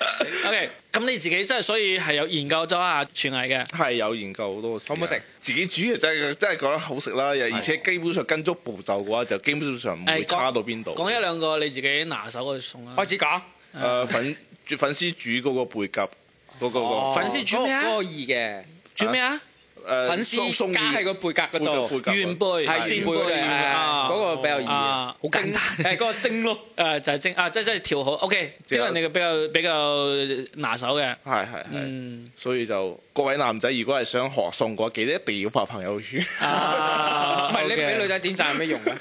Speaker 1: OK，咁你自己真係所以係有研究咗下廚藝嘅。
Speaker 4: 係有研究好多。好
Speaker 2: 好唔好食？
Speaker 4: 自己煮嘅真係真係覺得好食啦，而且基本上跟足步驟嘅話，就基本上唔會
Speaker 1: 誒講
Speaker 4: 差到邊度。
Speaker 1: 講一兩個你自己拿手嘅餸啊啦。
Speaker 2: 開始講。
Speaker 4: 誒粉煮粉絲煮嗰個貝鴿嗰個
Speaker 2: 哦
Speaker 4: 個
Speaker 1: 粉絲煮咩啊
Speaker 2: 嗰個易嘅，
Speaker 1: 煮咩啊？
Speaker 4: 誒
Speaker 2: 粉
Speaker 4: 鬆
Speaker 2: 絲
Speaker 4: 鬆
Speaker 2: 加喺
Speaker 4: 魚
Speaker 2: 個背格嗰度
Speaker 4: 貝。鴿
Speaker 1: 原貝
Speaker 2: 係
Speaker 1: 鮮
Speaker 2: 原貝嘅，
Speaker 1: 啊
Speaker 2: 嗰個比較易嘅，
Speaker 1: 啊好 簡單
Speaker 2: 係嗰個蒸咯，
Speaker 1: 誒就係蒸啊，即係即係調好。OK，即
Speaker 4: 即
Speaker 1: 係
Speaker 4: 係
Speaker 1: 你嘅比較比較拿手嘅。
Speaker 4: 係係係，
Speaker 1: 嗯，
Speaker 4: 所以就各位男仔如果係想學餸嘅話，記得一定要發朋 友圈，
Speaker 2: 唔
Speaker 1: 啊
Speaker 2: 係你
Speaker 1: OK
Speaker 2: 俾女仔點讚有咩用啊？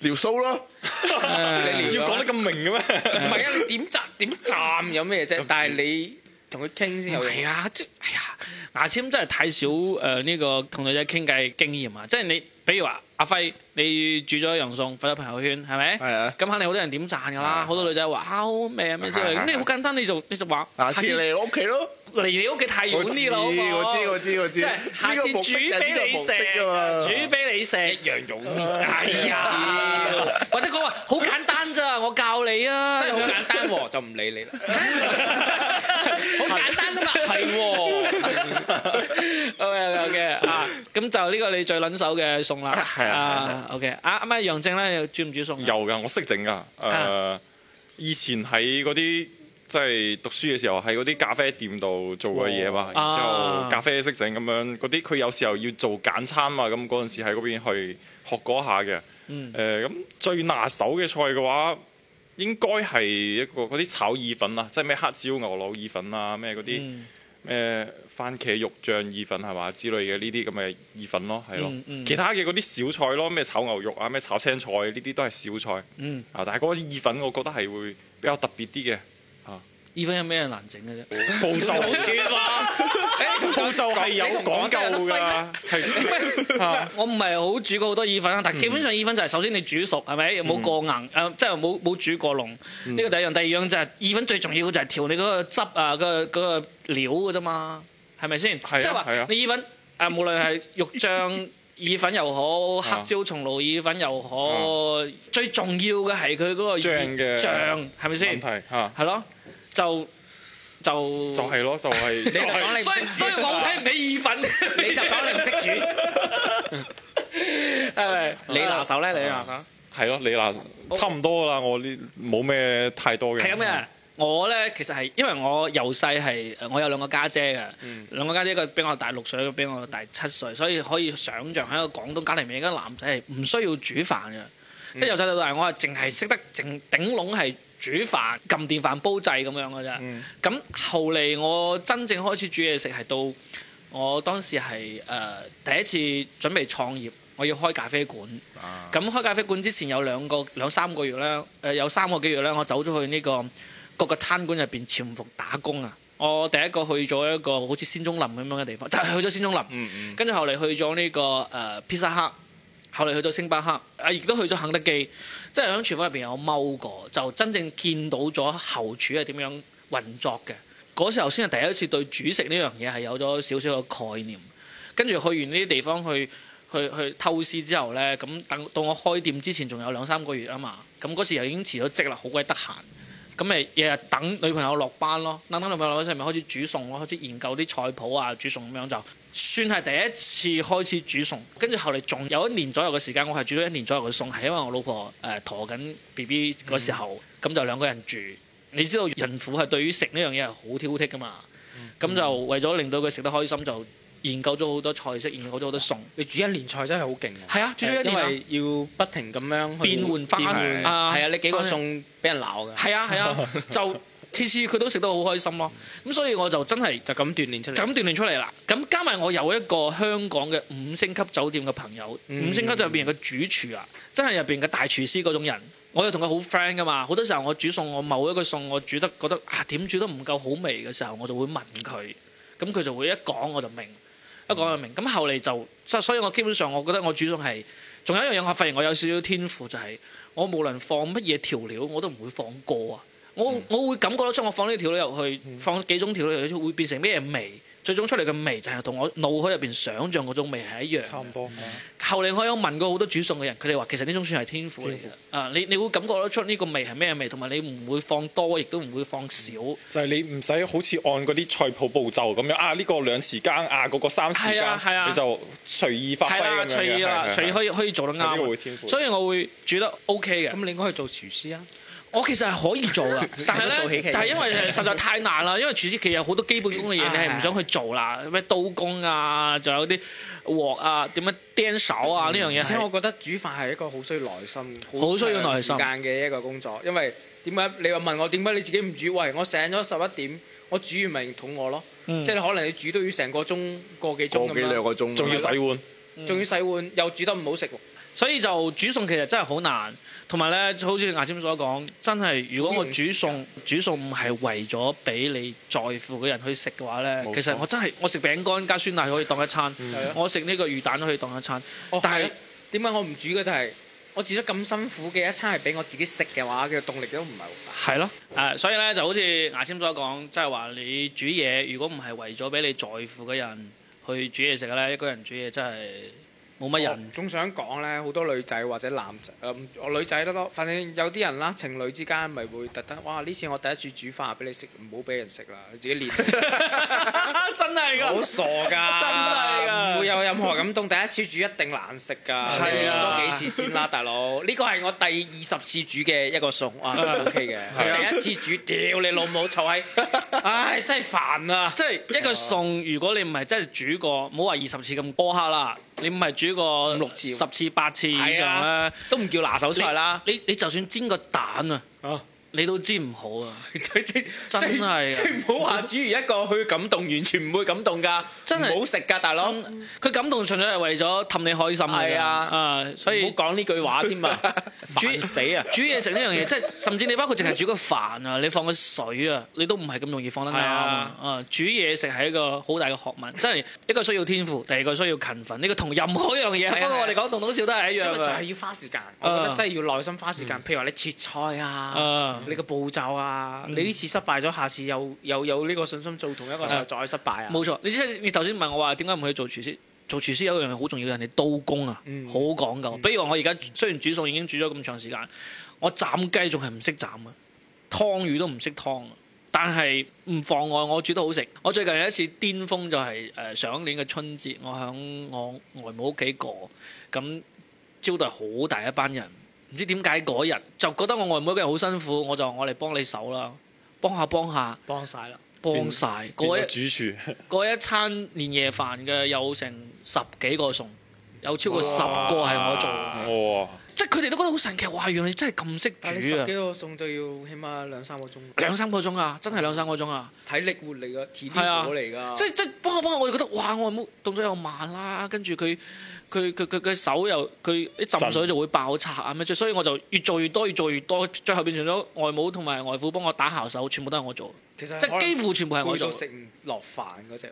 Speaker 4: 撩須咯。
Speaker 2: 你撩
Speaker 3: 要
Speaker 2: 咗
Speaker 3: 講得咁明嘅咩？
Speaker 2: 唔係啊，你點讚點讚有咩啫？但係你同佢傾先有用。
Speaker 1: 係啊，即哎呀，牙籤真係太少誒呢個同女仔傾偈經驗啊！即係你，比如話阿輝，你煮咗洋餸，發咗朋友圈，係咪？
Speaker 4: 係啊
Speaker 1: 咁肯定好多人點讚㗎啦，好多女仔話啊好味啊咩之類。
Speaker 4: 係係
Speaker 1: 咁你好簡單，你就你就話
Speaker 4: 下
Speaker 1: 下
Speaker 4: 次
Speaker 1: 次
Speaker 4: 嚟我屋企咯。
Speaker 1: 嚟你屋企太遠
Speaker 4: 我
Speaker 1: 啲
Speaker 4: 知
Speaker 1: 啦，好唔好
Speaker 4: 我知我知我知
Speaker 1: 啊即係下次
Speaker 4: 呢個目的
Speaker 1: 煮
Speaker 4: 就係呢
Speaker 1: 俾
Speaker 4: 個
Speaker 1: 你
Speaker 4: 目
Speaker 1: 食
Speaker 4: 的㗎嘛，
Speaker 1: 煮俾你食一樣用。哎 呀，或者講話好簡單咋，我教你啊，
Speaker 2: 真係好簡單喎，就唔 理你啦。
Speaker 1: 好簡單啫嘛，係喎。OK OK 啊，咁就呢個你最撚手嘅餸啦。
Speaker 4: 係啊係啊
Speaker 1: 啊 OK 啊，啱啱楊正咧，又煮唔煮餸？啊
Speaker 3: 有㗎，我識整㗎。誒，以前喺嗰啲即係讀書嘅時候喺嗰啲咖啡店度做嘅嘢嘛，然
Speaker 1: 啊
Speaker 3: 之後咖啡識整咁樣嗰啲，佢有時候要做簡餐嘛，咁嗰陣時喺嗰邊去學嗰下嘅。誒咁、
Speaker 1: 嗯
Speaker 3: 最拿手嘅菜嘅話，應該係一個嗰啲炒意粉啊，即係咩黑椒牛柳意粉啊，咩嗰啲
Speaker 1: 嗯
Speaker 3: 咩番茄肉醬意粉係嘛之類嘅呢啲咁嘅意粉咯，係咯。
Speaker 1: 嗯嗯
Speaker 3: 其他嘅嗰啲小菜咯，咩炒牛肉啊，咩炒青菜呢啲都係小菜。
Speaker 1: 嗯
Speaker 3: 啊，但係嗰啲意粉我覺得係會比較特別啲嘅。
Speaker 1: 意粉有咩難整嘅啫？
Speaker 3: 步驟
Speaker 2: 好串喎，
Speaker 3: 步驟係有講究㗎， 係啊嗯
Speaker 1: 我唔係好煮過好多意粉啦，但基本上意粉就係首先你煮熟係咪？有冇過硬誒、即係冇冇煮過濃。呢、
Speaker 3: 嗯
Speaker 1: 個第一樣，第二樣就係、意粉最重要就係調你嗰個汁啊，嗰個、嗰個料嘅啫嘛，係咪先？
Speaker 3: 係啊
Speaker 1: 即係
Speaker 3: 係
Speaker 1: 話
Speaker 3: 啊
Speaker 1: 你意粉誒、無論係肉醬意粉又好，
Speaker 3: 啊
Speaker 1: 黑椒松露意粉又好，最重要嘅係佢嗰個
Speaker 3: 醬嘅
Speaker 1: 醬係咪
Speaker 3: 問
Speaker 1: 先？
Speaker 3: 題嚇，
Speaker 1: 係咯，就就
Speaker 3: 就係咯，就係就係
Speaker 2: 講你唔
Speaker 1: 所以
Speaker 2: 識
Speaker 1: 所以我好睇唔起意粉，
Speaker 2: 你就講你唔識煮，
Speaker 3: 啊
Speaker 1: 係咪？
Speaker 2: 你拿手咧，你拿手。
Speaker 3: 係咯，你嗱差唔多啦，我呢冇咩太多嘅。
Speaker 1: 係咁嘅。我咧其實係因為我由細係呃我有兩個家姐嘅，兩個家姐一個比我大六歲，一個比我大七歲，所以可以想像喺一個廣東家庭入面，一個男仔係唔需要煮飯嘅。即係由細到大，我係淨係識得淨頂籠係煮飯、撳電飯煲掣咁樣嘅啫。咁、後嚟我真正開始煮嘢食係到我當時係誒、呃第一次準備創業，我要開咖啡館。咁開咖啡館之前有兩個兩三個月咧，誒、有三個幾月咧，我走咗去呢、個各個餐館入邊潛伏打工啊！我第一個去咗一個好似仙蹤林咁樣嘅地方，就係、去咗仙蹤林，跟住、後嚟去咗呢、個誒、披薩克，後嚟去咗星巴克，啊亦都去咗肯德基，即係喺廚房入邊有踎過，就真正見到咗後廚係點樣運作嘅。嗰時候先係第一次對煮食呢樣嘢係有咗少少嘅概念。跟住去完呢啲地方去去去偷師之後呢，咁等到我開店之前仲有兩三個月啊嘛，咁嗰時又已經辭咗職啦，好鬼得閒，咁咪日日等女朋友落班咯，等等女朋友落班之後咪開始煮餸咯，開始研究啲菜譜啊，煮餸咁樣就算係第一次開始煮餸，跟住後嚟仲有一年左右嘅時間，我係煮咗一年左右嘅餸，係因為我老婆誒陀緊 B B 嗰時候，咁、就兩個人住，你知道孕婦係對於食呢樣嘢係好挑剔噶嘛，咁、就為咗令到佢食得開心就。研究咗好多菜式，研究咗好多餸，
Speaker 2: 你煮一年菜真係好勁喎！
Speaker 1: 係啊煮咗一年啊
Speaker 2: 因為要不停咁樣去
Speaker 1: 變換花
Speaker 2: 變換
Speaker 1: 啊
Speaker 2: 係啊，你幾個餸俾人鬧㗎，
Speaker 1: 係啊係 啊，就次次佢都食得好開心咯。咁所以我就真係
Speaker 2: 就咁鍛鍊出
Speaker 1: 就
Speaker 2: 嚟。
Speaker 1: 咁鍛鍊出嚟啦。咁加埋我有一個香港嘅五星級酒店嘅朋友，
Speaker 2: 嗯
Speaker 1: 五星級酒店入邊嘅主廚啊，真係入邊嘅大廚師嗰種人。我又同佢好 friend 噶嘛，好多時候我煮餸，我某一個餸我煮得覺得啊點煮都唔夠好味嘅時候，我就會問佢，咁佢就會一講我就明，一講就明。咁後嚟就所所以，我基本上我覺得我煮餸係，仲有一樣嘢我發現我有少少天賦就係、我無論放乜嘢調料我都唔會放過啊。
Speaker 3: 嗯
Speaker 1: 我我會感覺得出我放呢條料入去，放幾種調料入去會變成咩味？最終出嚟嘅味就係同我腦海入邊想像嗰種味係一樣。嗯
Speaker 3: 差唔多。嗯
Speaker 1: 後嚟我有問過好多煮餸嘅人，佢哋話其實呢種算係天賦嚟嘅。啊，你你會感覺得出呢個味係咩味，同埋你唔會放多，亦都唔會放少。
Speaker 3: 就係你唔使好似按嗰啲菜譜步驟咁樣啊，呢個兩匙羹啊，嗰個三匙
Speaker 1: 係啊係啊
Speaker 3: 羹，你就隨意發
Speaker 1: 係
Speaker 3: 揮咁
Speaker 1: 啦，
Speaker 3: 樣嘅
Speaker 1: 隨意啦，
Speaker 3: 係係
Speaker 1: 隨意
Speaker 3: 係
Speaker 1: 可以可以做得
Speaker 3: 呢個
Speaker 1: 啱
Speaker 3: 會天賦
Speaker 1: 啊。所以我會煮得 OK 嘅
Speaker 2: 咁。你應該去做廚師啊！
Speaker 1: 我其實係可以做噶， 但係
Speaker 2: 做
Speaker 1: 咧
Speaker 2: 喜劇
Speaker 1: 就係因為實在太難啦，因為廚師其實有好多基本功嘅嘢你係唔想去做啦，咩刀工啊，仲有啲鑊啊，點樣釘手啊呢樣嘢
Speaker 2: 而且我
Speaker 1: 係
Speaker 2: 覺得煮飯係一個好需要耐心、
Speaker 1: 好需要耐心
Speaker 2: 長時間嘅一個工作，因為點解你話問我點解你自己唔煮？喂，我醒咗十一點，我煮完咪肚餓咯，
Speaker 1: 嗯
Speaker 2: 即係你可能你煮都要成個鐘、個幾鐘
Speaker 4: 個
Speaker 2: 咁
Speaker 4: 幾
Speaker 1: 啊
Speaker 4: 兩
Speaker 2: 樣，
Speaker 4: 個鐘，啊
Speaker 3: 仲要洗碗。
Speaker 1: 嗯
Speaker 2: 仲要洗碗，又煮得唔好食喎。
Speaker 1: 所以就煮餸其實真係好難，同埋咧好似牙籤所講，真係如果我煮餸煮餸唔係為咗俾你在乎嘅人去食嘅話咧，其實我真係我食餅乾加酸奶可以當一餐，
Speaker 2: 係啊
Speaker 1: 我食呢個魚蛋都可以當一餐，
Speaker 2: 哦
Speaker 1: 但係
Speaker 2: 係啊點解我唔煮嘅就係我煮得咁辛苦嘅一餐係俾我自己食嘅話，嘅動力都唔係好大。
Speaker 1: 係咯，誒、啊所以咧就好似牙籤所講，即係話你煮嘢，如果唔係為咗俾你在乎嘅人去煮嘢食嘅咧，一個人煮嘢真係啊冇乜人。
Speaker 2: 仲想講咧，好多女仔或者男仔，誒、我女仔得多，反正有啲人啦，情侶之間咪會特登，哇！呢次我第一次煮飯俾你食，唔好俾人食啦，你自己練。
Speaker 1: 哦 真係
Speaker 2: 好
Speaker 1: 㗎，
Speaker 2: 傻㗎，
Speaker 1: 真係㗎
Speaker 2: 唔會有任任何感動，第一次煮一定難食㗎，
Speaker 1: 係啊
Speaker 2: 多幾次先啦，大佬。呢個係我第二十次煮嘅一個餸，哇，OK 嘅。第一次煮，屌你老母，臭閪，唉，真係煩啊！
Speaker 1: 即係一個餸，如果你唔係真係煮過，唔好話二十次咁苛刻啦，你唔係煮過
Speaker 2: 五六次
Speaker 1: 十次八次以
Speaker 2: 係
Speaker 1: 上咧
Speaker 2: 啊，，都唔叫拿手菜 啦。
Speaker 1: 你你就算煎個蛋啊，你都煎唔好啊！真係啊
Speaker 2: 真係，即係唔好話煮完一個佢感動，完全唔會感動㗎，
Speaker 1: 真係
Speaker 2: 唔好食㗎，大佬。
Speaker 1: 佢感動純粹係為咗氹你開心嘅啫
Speaker 2: 係啊
Speaker 1: 啊，所
Speaker 2: 所以
Speaker 1: 以
Speaker 2: 唔好講呢句話添 啊，煩死啊！
Speaker 1: 煮嘢食呢樣嘢，即係甚至你包括淨係煮個飯啊，你放個水啊，你都唔係咁容易放得啱啊！啊，煮嘢食係一個好大嘅學問，真係一個需要天賦，第二個需要勤奮，呢個同任何一樣嘢，
Speaker 2: 係啊
Speaker 1: 不過我哋講棟棟笑都係一
Speaker 2: 因
Speaker 1: 樣啊
Speaker 2: 為就係
Speaker 1: 嘅。
Speaker 2: 要花時間，我覺得真係要耐心花時間。譬如話你切菜嗯啊
Speaker 1: 啊，
Speaker 2: 你個步驟啊，
Speaker 1: 嗯
Speaker 2: 你呢次失敗咗，下次又又有呢個信心做同一個
Speaker 1: 啊
Speaker 2: 菜再失敗啊。
Speaker 1: 冇錯，你即係你頭先問我話點解唔去做廚師？做廚師有一樣嘢好重要嘅，人哋刀工啊，好講究。比如話我而家雖然煮餸已經煮咗咁長時間，我斬雞仲係唔識斬啊，湯魚都唔識湯啊。但係唔妨礙我煮得好食。我最近有一次巔峰就係、誒上年嘅春節，我響我外母屋企過，咁招待好大一班人。唔知點解嗰日就覺得我外母嘅人好辛苦，我就我嚟幫你手啦，幫下幫下
Speaker 2: 幫晒啦，
Speaker 1: 幫晒嗰
Speaker 3: 我
Speaker 1: 一
Speaker 3: 主廚，
Speaker 1: 嗰一餐年夜飯嘅有成十幾個餸，有超過十個係我做嘅，
Speaker 3: 哇！
Speaker 1: 即係佢哋都覺得好神奇，哇！原來你真係咁
Speaker 2: 但係你
Speaker 1: 識煮
Speaker 2: 十
Speaker 1: 啊
Speaker 2: 幾！個餸就要起碼兩三個鐘，
Speaker 1: 兩三個鐘啊，真係兩三個鐘啊！
Speaker 2: 體力活嚟㗎，體力
Speaker 1: 係啊
Speaker 2: 活嚟㗎。
Speaker 1: 即係即係幫我幫我，我就覺得哇！我冇動作又慢啦，跟住佢佢佢佢佢手又佢一浸水就會爆拆啊咩，所以我就越做越多，越做越多，最後變成咗外母同埋外父幫我打下手，全部都係我做，
Speaker 2: 其
Speaker 1: 即
Speaker 2: 實
Speaker 1: 係幾乎全部係我
Speaker 2: 攰
Speaker 1: 做
Speaker 2: 到
Speaker 1: 嘅，
Speaker 2: 食唔落飯嗰只喎。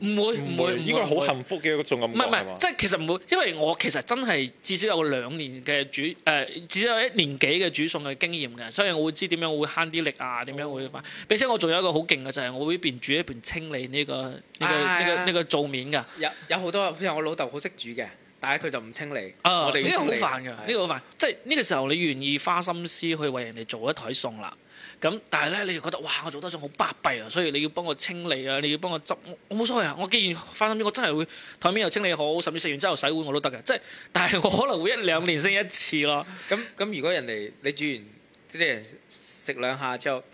Speaker 1: 唔會唔會
Speaker 3: 應該
Speaker 1: 唔會
Speaker 3: 好幸福嘅一種感
Speaker 1: 唔
Speaker 3: 覺
Speaker 1: 係唔
Speaker 3: 係嘛
Speaker 1: 係，即？係其實唔會，因為我其實真係至少有個兩年嘅煮誒、呃至少有一年幾嘅煮餸嘅經驗嘅，所以我會知點樣會慳啲力啊，點樣會，並且我仲有一個好勁嘅就係、我會一邊煮一邊清理呢、個呢、個呢、
Speaker 2: 啊
Speaker 1: 個呢、個灶面㗎，
Speaker 2: 有有好多，譬如我老豆好識煮嘅，但係佢就唔清理。
Speaker 1: 啊，
Speaker 2: 我哋
Speaker 1: 呢
Speaker 2: 要
Speaker 1: 個好
Speaker 2: 清理
Speaker 1: 煩㗎，呢個好煩，即係呢個時候你願意花心思去為人哋做一台餸啦。咁但係咧，你就覺得哇，我做得餸好巴閉啊，所以你要幫我清理啊，你要幫我執，我我冇所謂啊。我既然花心思，我真係會台面又清理好，甚至食完之後洗碗我都得嘅。即係，但係我可能會一兩年先一次咯，
Speaker 2: 咁咁，如果人哋你煮完啲人食兩下之後，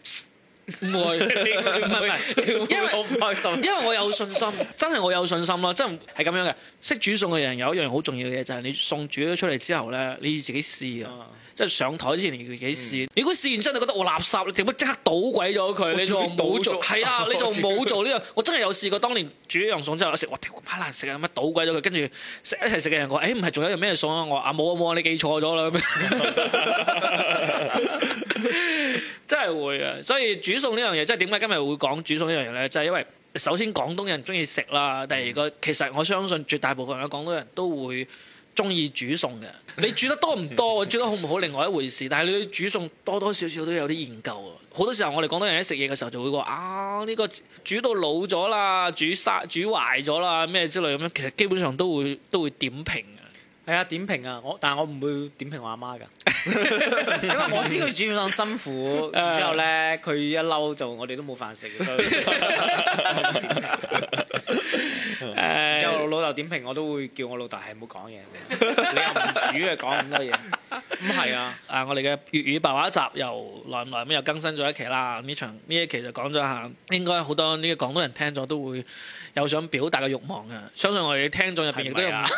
Speaker 1: 唔會，唔係唔係，因為
Speaker 2: 我唔開心。
Speaker 1: 因為我有信心，真係我有信心咯，真係係咁樣嘅。識煮餸嘅人有一樣好重要嘅嘢，就係、你餸煮咗出嚟之後咧，你要自己試啊。嗯即係上台之前要自己試，如果試完之後你覺得我垃圾，你點解即刻倒鬼咗佢？你仲冇做，係 啊，你仲冇做呢樣。我真係有試過，當年煮一樣餸之後，我食我屌咁難食啊，乜倒鬼咗佢，跟住食一齊食嘅人講：，誒唔係仲有一樣咩餸啊？我話啊冇啊冇啊，你記錯咗啦咁樣。 真係會啊！所以煮餸呢樣嘢，即係點解今日會講煮餸呢樣嘢咧？就係、因為首先廣東人中意食啦，第二個其實我相信絕大部分嘅廣東人都會中意煮餸嘅。你煮得多唔多，煮得好唔好，另外一回事。但係你煮餸多多少少都有啲研究啊。好多時候我哋廣東人喺食嘢嘅時候就會話啊，呢、個煮到老咗啦，煮沙煮壞咗啦，咩之類咁樣，其實基本上都會都會點評嘅。
Speaker 2: 係啊，點評啊，我但係我唔會點評我阿 媽㗎，因為我知佢煮餸辛苦，然之後 咧佢一嬲就我哋都冇飯食，所 以 之後老豆點評我都會叫我老豆哎係唔好講嘢，你又唔煮啊，講咁多嘢，咁係啊，
Speaker 1: 啊，我哋嘅粵語白話集又耐唔耐咁又更新咗一期啦。呢場呢一期就講咗下，應該好多呢個廣東人聽咗都會有想表達嘅慾望嘅。相信我哋嘅聽眾入邊亦都有
Speaker 2: 係咪啊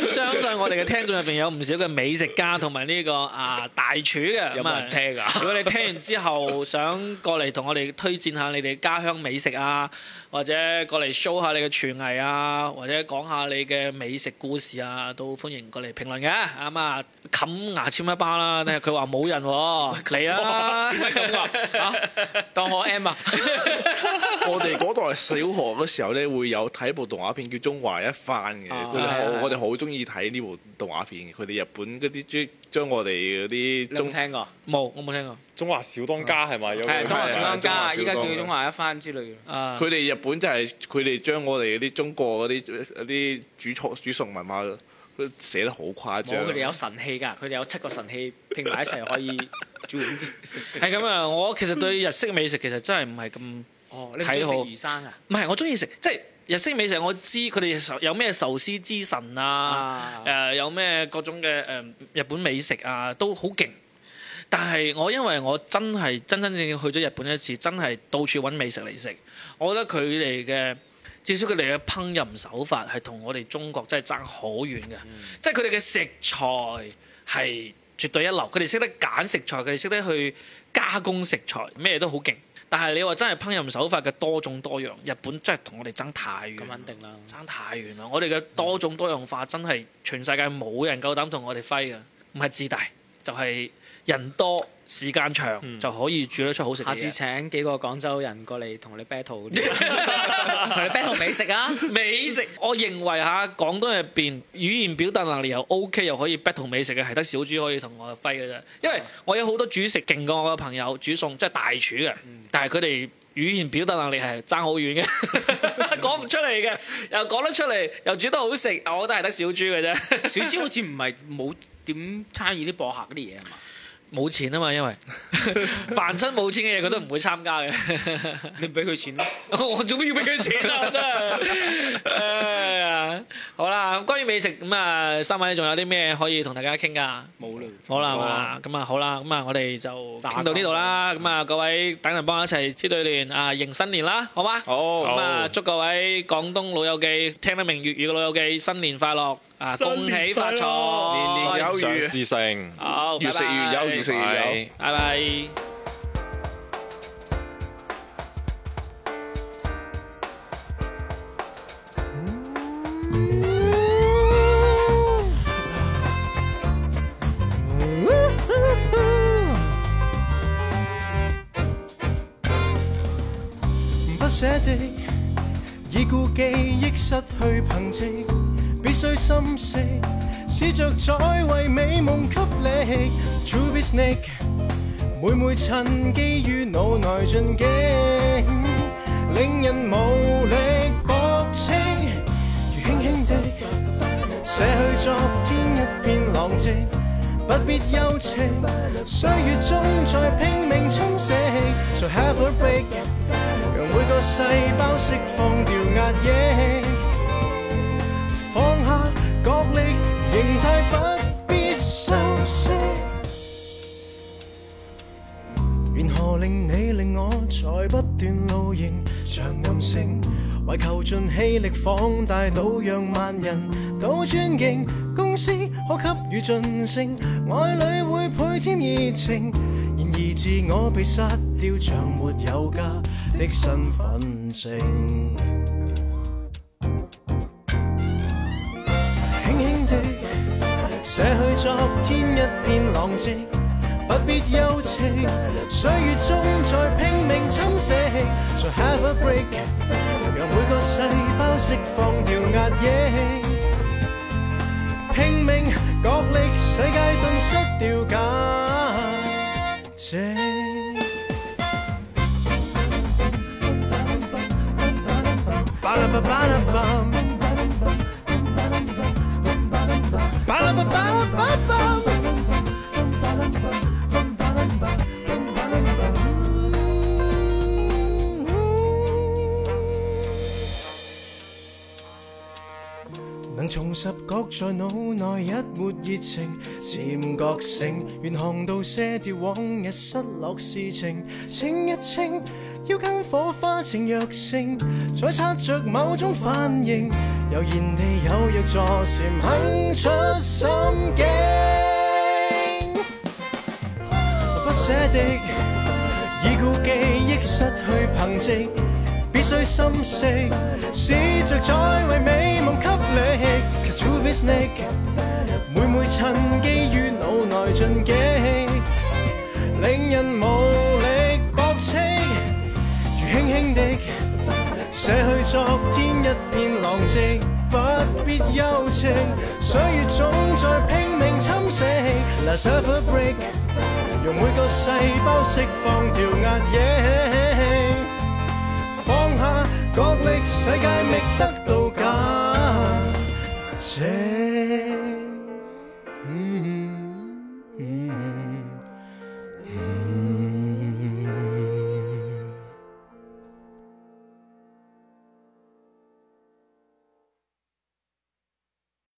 Speaker 1: 唔， 相信我哋嘅聽眾入邊有唔少嘅美食家同埋呢個啊大廚嘅。
Speaker 2: 有
Speaker 1: 咁啊
Speaker 2: 冇人聽㗎
Speaker 1: 如果你聽完之後想過嚟同我哋推薦下你哋家鄉美食啊，或者過嚟 show 下你嘅廚藝啊，或者講下你嘅美食故事啊，都歡迎過嚟評論嘅。咁啊，冚牙籤一巴啦！但係佢話冇人 喎，嚟啊！
Speaker 2: 咁話 嚇當我 M 啊，
Speaker 4: 我哋嗰代小學嗰時候咧，會有睇部動畫片叫《中華一番》嘅，佢哋
Speaker 1: 哦係係
Speaker 4: 好我哋好中意睇呢部動畫片嘅。佢哋日本嗰啲將將我哋嗰啲
Speaker 2: 你有冇
Speaker 4: 中
Speaker 2: 聽過？
Speaker 1: 冇，我冇聽過。
Speaker 3: 中華小當家係咪？有
Speaker 2: 係中華小當
Speaker 4: 係
Speaker 2: 家，
Speaker 4: 啊
Speaker 2: 依家
Speaker 4: 中華小當家
Speaker 2: 叫中華一番之類嘅。
Speaker 1: 啊，
Speaker 4: 佢哋日本就係佢哋將我哋嗰啲中國嗰啲嗰啲煮菜煮餸文化，佢寫得好誇張啊
Speaker 2: 冇，。佢哋有神器㗎，佢哋有七個神器拼埋一齊可以 煮碗麵。
Speaker 1: 係咁啊！我其實對日式美食其實真係唔係咁，唔
Speaker 2: 哦，你唔中意食魚生啊？
Speaker 1: 係我中意食，即係日式美食我知佢哋有咩壽司之神啊，
Speaker 2: 啊
Speaker 1: 誒、有咩各種嘅誒、日本美食啊，都好勁。但係我因為我真係真真正正去咗日本一次，真係到處揾美食嚟食。我覺得佢哋嘅至少佢哋嘅烹飪手法係同我哋中國真係爭好遠嘅，
Speaker 2: 嗯
Speaker 1: 即係佢哋嘅食材係絕對一流。佢哋識得揀食材，佢哋識得去加工食材，咩都好勁。但係你話真係烹飪手法嘅多種多樣，日本真係同我哋爭太遠，
Speaker 2: 咁啊肯定啦。
Speaker 1: 爭太遠啦！我哋嘅多種多樣化真係全世界冇人夠膽同我哋揮嘅，唔係自大，就係、人多時間長、就可以煮得出好食
Speaker 2: 嗯下
Speaker 1: 嘅
Speaker 2: 次
Speaker 1: 嘢。
Speaker 2: 請幾個廣州人過嚟同你 battle，同你 battle 美食啊！
Speaker 1: 美食，我認為嚇廣東入邊語言表達能力又 OK，又可以 battle 美食嘅，係得小豬可以同我揮嘅啫。因
Speaker 2: 啊
Speaker 1: 為我有好多煮食勁過我嘅朋友，煮餸即係大廚嘅，
Speaker 2: 嗯
Speaker 1: 但係佢哋語言表達能力係爭好遠 嘅，講唔出嚟嘅，又講得出嚟，又煮得好食，我都係得小豬嘅啫。
Speaker 2: 小豬好似唔係冇點參與啲播客嗰啲嘢係嘛？
Speaker 1: 冇錢啊嘛， 因為 凡親冇錢嘅嘢，佢都唔會參加嘅。
Speaker 2: 你俾佢錢咯，
Speaker 1: 我做咩要俾佢錢啊？ 真係，哎呀好啦，咁關於美食咁啊，三位仲有啲咩可以同大家傾噶？
Speaker 2: 冇啦。
Speaker 1: 好啦，好啦，咁啊，好啦，咁啊，我哋就傾到呢度啦。
Speaker 2: 打
Speaker 1: 咁啊，各位等陣幫我一齊黐對聯啊，迎新年啦，好嗎？
Speaker 4: 好
Speaker 1: 咁啊，
Speaker 4: 好
Speaker 1: 祝各位廣東老友記聽得明粵語嘅老友記新年快樂啊！恭喜發財，
Speaker 4: 年年有
Speaker 3: 上
Speaker 4: 餘
Speaker 3: 市性，
Speaker 1: 好，
Speaker 4: 越食越有，越食越有
Speaker 3: 拜。
Speaker 1: 拜拜。
Speaker 6: 不捨的，已故記憶失去憑藉，必須心息，試着再為美夢給力。True be snake，每每趁機於腦內進擊，令人無力駁斥。如輕輕的捨去昨天一片狼藉，不必休戚，歲月中再拼命侵蝕。So have a break。讓每個細胞釋放掉壓抑，放下角力，形態不必修飾。緣何令你令我在不斷露營，像暗性，為求盡氣力放大到讓萬人都尊敬。公司可給予晉升，愛侶會倍添熱情。然而自我被殺掉，像沒有家的身份證。輕輕地捨去昨天一片狼藉，不必休戚。歲月中再拼命侵蝕，So have a break，讓每個細胞釋放掉壓抑。拼命角力，世界頓失掉價值。巴拉巴巴拉巴。Ba-da-ba-ba-ba-bum. Có thể tái hiện cảm giác trong não trong một phút nhiệt tình Tự nhiên giác tỉnh, nguyên hạng đến những điều vãng nhật thất lạc chuyện Chỉnh một chỉnh, yêu cân hỏa hoa tình nhược sinh Tại chắc chắn một種反應Dạo nhiên thì hữu ước trợ xìm hẳn xuất tâm kinh 不捨的，已故記憶失去憑藉，必須心息，試着再為美夢給力。Cause true is Nick，每每趁機於腦內進擊，令人無力駁斥，如輕輕的。捨去昨天一片狼藉，不必休戚。歲月總在拼命侵蝕，Let's have a break，用每個細胞釋放掉壓抑，放下角力，世界覓得到價值。嗯